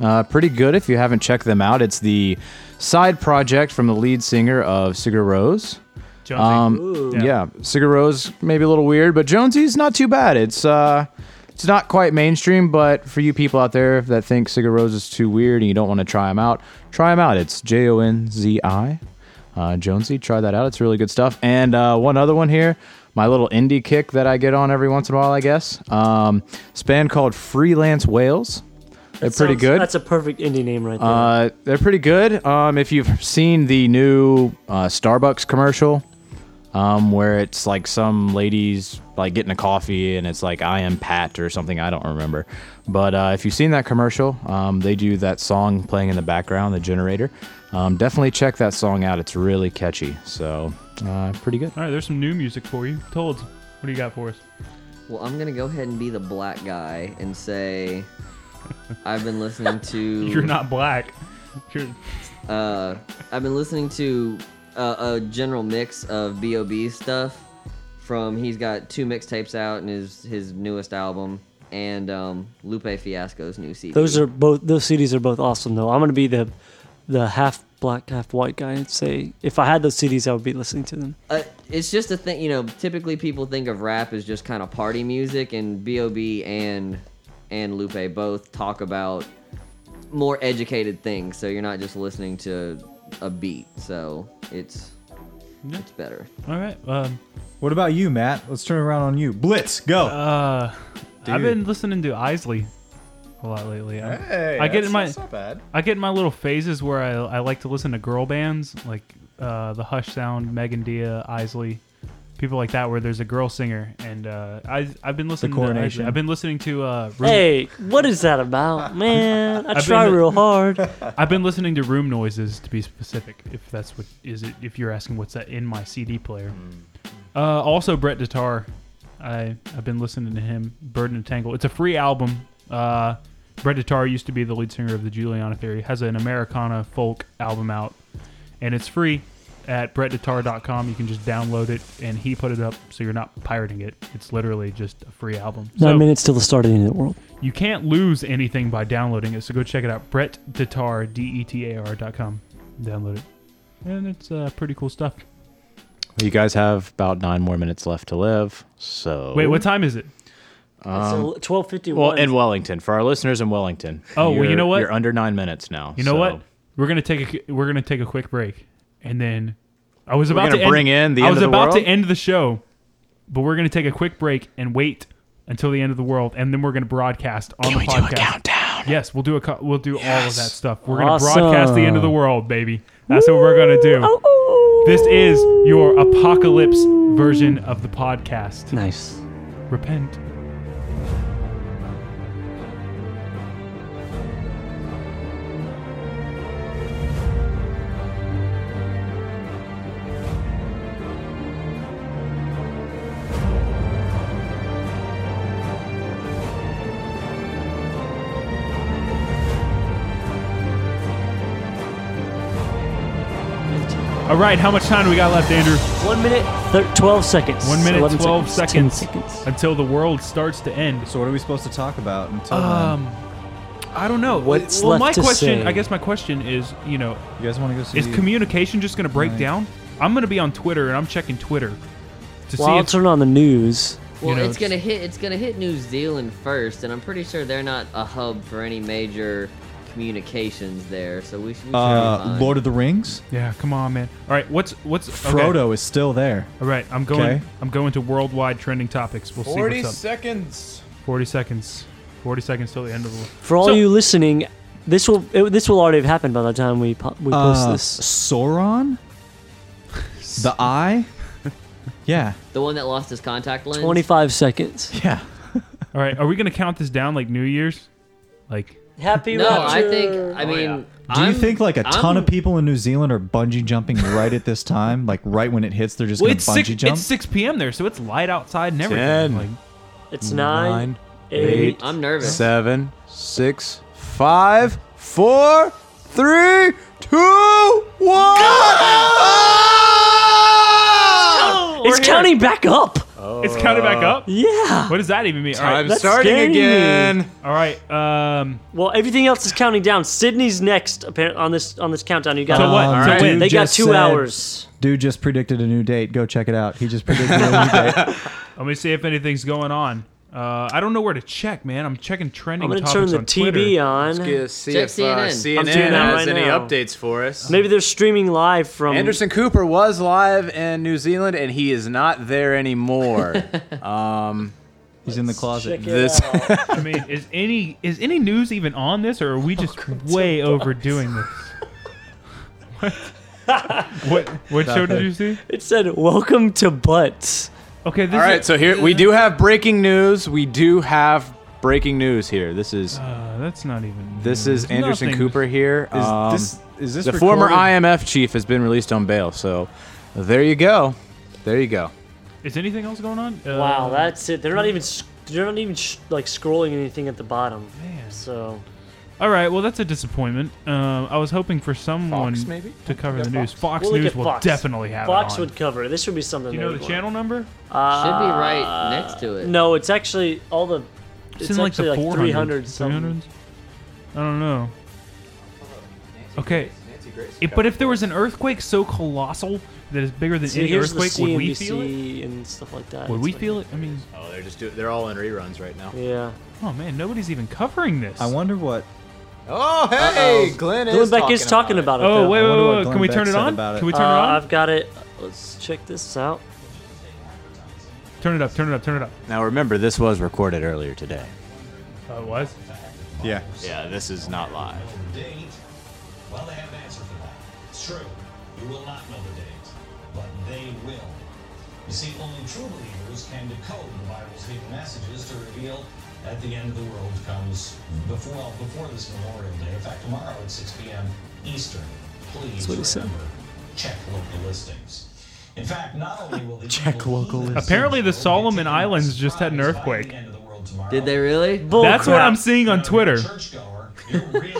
Uh, pretty good if you haven't checked them out. It's the side project from the lead singer of Sigur Rose.
Jonesy.
Um, yeah. Sigur Rose maybe a little weird, but Jonesy's not too bad. It's uh, it's not quite mainstream, but for you people out there that think Sigur Rose is too weird and you don't want to try them out, try them out. It's J O N Z I, uh, Jonesy. Try that out. It's really good stuff. And uh, one other one here, my little indie kick that I get on every once in a while, I guess. Um, it's a band called Freelance Whales. They're
That
pretty
sounds-
good.
That's a perfect indie name right there.
Uh, they're pretty good. Um, if you've seen the new uh, Starbucks commercial, um, where it's like some ladies like getting a coffee and it's like I am Pat or something. I don't remember. But uh, if you've seen that commercial, um, they do that song playing in the background, the generator. Um, definitely check that song out. It's really catchy. So uh, pretty good.
All right, there's some new music for you. Told, what do you got for us?
Well, I'm gonna go ahead and be the black guy and say I've been listening to.
You're not black. You're
Uh, I've been listening to uh, a general mix of B.O.B. stuff. From he's got two mixtapes out and his his newest album and um, Lupe Fiasco's new CD.
Those are both those CDs are both awesome though. I'm gonna be the the half black, half white guy and say if I had those CDs I would be listening to them.
Uh, it's just a thing, you know. Typically, people think of rap as just kind of party music, and B.O.B. and and Lupe both talk about more educated things. So you're not just listening to a beat. So it's it's better.
All right. Um,
what about you, Matt? Let's turn around on you. Blitz, go.
Uh, I've
Dude.
been listening to Isley a lot lately. I'm-
Hey,
I get in
that's-
my
that's not bad.
I get in my little phases where I, I like to listen to girl bands like uh, the Hush Sound, Megan Dia, Isley, people like that, where there's a girl singer. And uh, I I've been listening to
Coronation.
Isley. I've been listening to uh, Room-
Hey, what is that about, man? I
I've
try
been-
real hard.
I've been listening to room noises to be specific. If that's what is it, if you're asking what's that in my CD player. Uh, also, Brett Detar, I I've been listening to him. Bird and Tangle. It's a free album. Uh, Brett Detar used to be the lead singer of the Juliana Theory. Has an Americana folk album out, and it's free at brettdetar.com. You can just download it, and he put it up, so you're not pirating it. It's literally just a free album.
Nine
So-
minutes till the start of the end of the world.
you can't lose anything by downloading it, so go check it out. Brett Detar, D E T A R dot com. Download it. And it's uh, pretty cool stuff.
You guys have about nine more minutes left to live. So
Wait, what time is it?
Um,
twelve fifty
well,
one.
in Wellington for our listeners in Wellington.
Oh, well, you
You're-
know what?
You're under nine minutes now.
You know
so-
what? We're gonna take a we're gonna take a quick break, and then I was
We're
about
gonna
to
bring
end,
in the
I
end
was
of the
about to
world?
end the show, but we're gonna take a quick break and wait until the end of the world, and then we're gonna broadcast on the podcast. countdown? Yes, we'll do a co- we'll do all of that stuff. We're gonna broadcast the end of the world, baby. That's what we're gonna do. This is your apocalypse version of the podcast.
Nice.
Repent. All right, how much time do we got left, Andrew?
One minute, thir- 12 seconds.
One minute,
11
12
10
seconds, until the world starts to end. So, what are we supposed to talk about until
then?
um, I don't know.
What's
well,
left
my
to
question,
say?
I guess my question is, you know, you guys want to go
see-
Is communication just going to break
Right.
down? I'm going to be on Twitter and I'm checking Twitter to
Well,
see
I'll
if
turn on the news.
Well,
know,
it's gonna hit. It's gonna hit New Zealand first, and I'm pretty sure they're not a hub for any major communications there. So we should. We should be
Uh,
fine.
Lord of the Rings.
Yeah, come on, man. All right, what's what's okay.
Frodo is still there.
All right, I'm going.
Okay.
I'm going to worldwide trending topics. We'll see
40
what's up.
seconds.
Forty seconds. Forty seconds till the end of the.
For all you listening, this will it, this will already have happened by the time we po- we post
Uh,
this.
Sauron. The Eye. Yeah.
The one that lost his contact lens.
seconds.
Yeah.
all right, are we gonna count this down like New Year's? Like
Happy
No, I think. I mean,
Oh, Do you
I'm-
think like a ton
I'm-
of people in New Zealand are bungee jumping right at this time? Like right when it hits, they're just
Well,
gonna
it's
bungee
six.
jump.
It's six p.m. there, so it's light outside and everything.
Ten.
Like,
It's nine,
eight,
I'm nervous.
Seven, six, five, four, three, two, one.
it's counting back up.
It's counted back up.
Yeah.
What does that even mean? All
Time's
right.
That's starting scary. again.
All right. Um.
Well, everything else is counting down. Sydney's next appar- on this on this countdown. You got
So what?
Um,
So
dude
when?
They got
just
two
said-
hours.
Dude just predicted a new date. Go check it out. He just predicted a new date.
Let me see if anything's going on. Uh, I don't know where to check, man. I'm checking trending.
I'm gonna
topics
turn the
on
TV
Twitter.
on.
Let's
get-
see
Check
if, uh,
CNN.
CNN
I'm doing that
has
right
any
now.
updates
for us.
Maybe they're streaming live from
Anderson Cooper was live in New Zealand, and he is not there anymore. um,
He's in the closet.
This
I mean, is any is any news even on this, or are
Oh,
we just way overdoing this? what? What? What show did you see?
It said, "Welcome to Butts."
Okay. This
All right, so here we do have breaking news. We do have breaking news here. This is
Uh, that's not even.
this is Anderson
nothing.
Cooper here.
Is
Um,
this- is this
the former
recorded?
IMF chief has been released on bail? So there you go, there you go.
Is anything else going on? Uh,
wow, that's it. They're not even sc- they're not even sh- like scrolling anything at the bottom. Man, so
All right. Well, that's a disappointment. Um, I was hoping for someone
Fox, maybe?
to cover the
Fox.
news. Fox
We'll look
News
at
will
Fox.
definitely have
Fox
it on.
would cover it. This would be something.
Do you
they
know
would
the
want.
channel number?
Uh,
Should be right next to it.
No, it's actually all the. It's,
It's in like
actually
the
like,
400s,
300 something.
300s? I don't know. Okay.
Nancy Grace
If- but if there was an earthquake so colossal that is bigger than
See,
any
here's the
earthquake, would we
CNBC
feel it?
and stuff like that.
Would
It's
we
like-
feel it? I mean,
Oh, they're just do- they're all in reruns right now.
Yeah.
oh man, nobody's even covering this.
I wonder what.
Oh
hey, Uh-oh. Glenn
Glenn is Beck talking is talking about it. about it,
Oh
though.
wait,
I
wait,
wonder
wait,
what
wait,
Glenn
Can we
Beck
turn it
said
on?
about it.
Can we turn it
Uh,
on?
I've got it. Let's check this out.
Turn it up. Turn it up. Turn it up.
Now remember, this was recorded earlier today.
Oh, it was.
Yeah.
Yeah, this is not live.
Well, they have an answer for that. It's true. You will not know the date, but they will. You see, only true believers can decode the Bible's hidden messages to reveal that the end of the world comes before well, before this Memorial Day. In fact, tomorrow at 6 p.m. Eastern. Please
That's what he said.
remember, check local listings. In fact, not only will the
Check local
Apparently, the Solomon Islands just had an earthquake.
Did they really?
That's what I'm seeing on Twitter.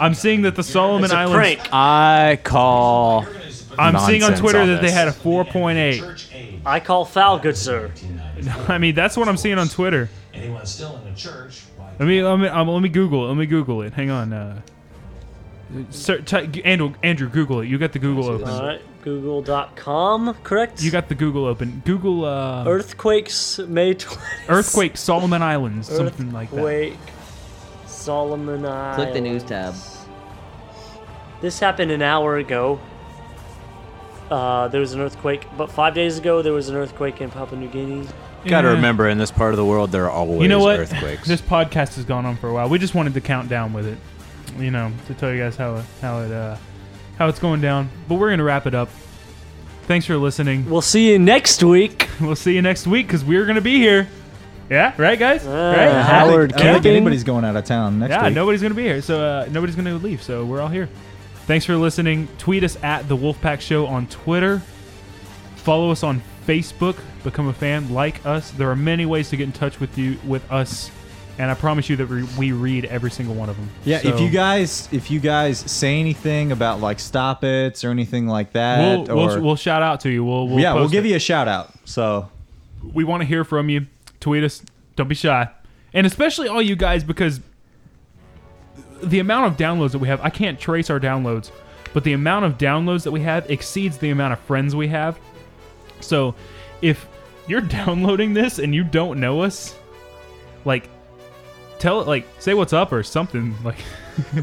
I'm seeing that the Solomon
It's a
Islands.
prank. I call.
I'm seeing on
nonsense
Twitter
on
that they
this.
had a 4.8.
I call foul, good sir.
I mean, that's what I'm seeing on Twitter.
Anyone still in the church? Why
Let me let me, um, let me Google. it. Let me Google it. Hang on. Uh, sir, t- Andrew, Andrew, Google it. You got the Google open.
All right, Google.com, correct?
You got the Google open. Google uh,
Earthquakes May 20th.
earthquake Solomon Islands, something like that.
Earthquake Solomon Islands.
Click the news tab.
This happened an hour ago. Uh, there was an earthquake, but five days ago there was an earthquake in Papua New Guinea.
Got to remember, in this part of the world, there are always
you know what?
earthquakes.
This podcast has gone on for a while. We just wanted to count down with it, you know, to tell you guys how it- how it uh, how it's going down. But we're gonna wrap it up. Thanks for listening.
We'll see you next week.
we'll see you next week because we're gonna be here. Yeah, right, guys.
I
right,
don't think- Uh, I don't think anybody's going out of town next
yeah,
week.
nobody's gonna be here, so uh, nobody's gonna leave. So we're all here. Thanks for listening. Tweet us at the Wolfpack Show on Twitter. Follow us on Facebook. Become a fan. Like us. There are many ways to get in touch with you with us. and I promise you that we, we read every single one of them.
Yeah,
So-
if you guys if you guys say anything about like stop its or anything like that,
we'll,
or
we'll, we'll shout out to you. We'll, we'll
yeah, we'll
post
give
it.
you a shout out. So
We want to hear from you. Tweet us. Don't be shy, and especially all you guys because the amount of downloads that we have, I can't trace our downloads, but the amount of downloads that we have exceeds the amount of friends we have. So, if you're downloading this and you don't know us, like tell like say what's up or something like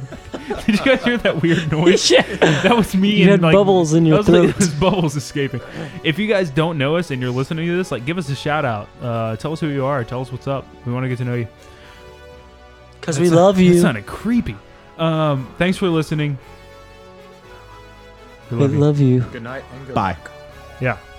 did you guys hear that weird noise
Yeah.
that was me
You
and,
had
like,
bubbles in your
that was, like,
throat.
those bubbles escaping if you guys don't know us and you're listening to this like give us a shout out uh, tell us who you are tell us what's up we want to get to know you
'Cause we love you.
That sounded creepy um, thanks for listening
We love you.
Good night and good
yeah
Oh,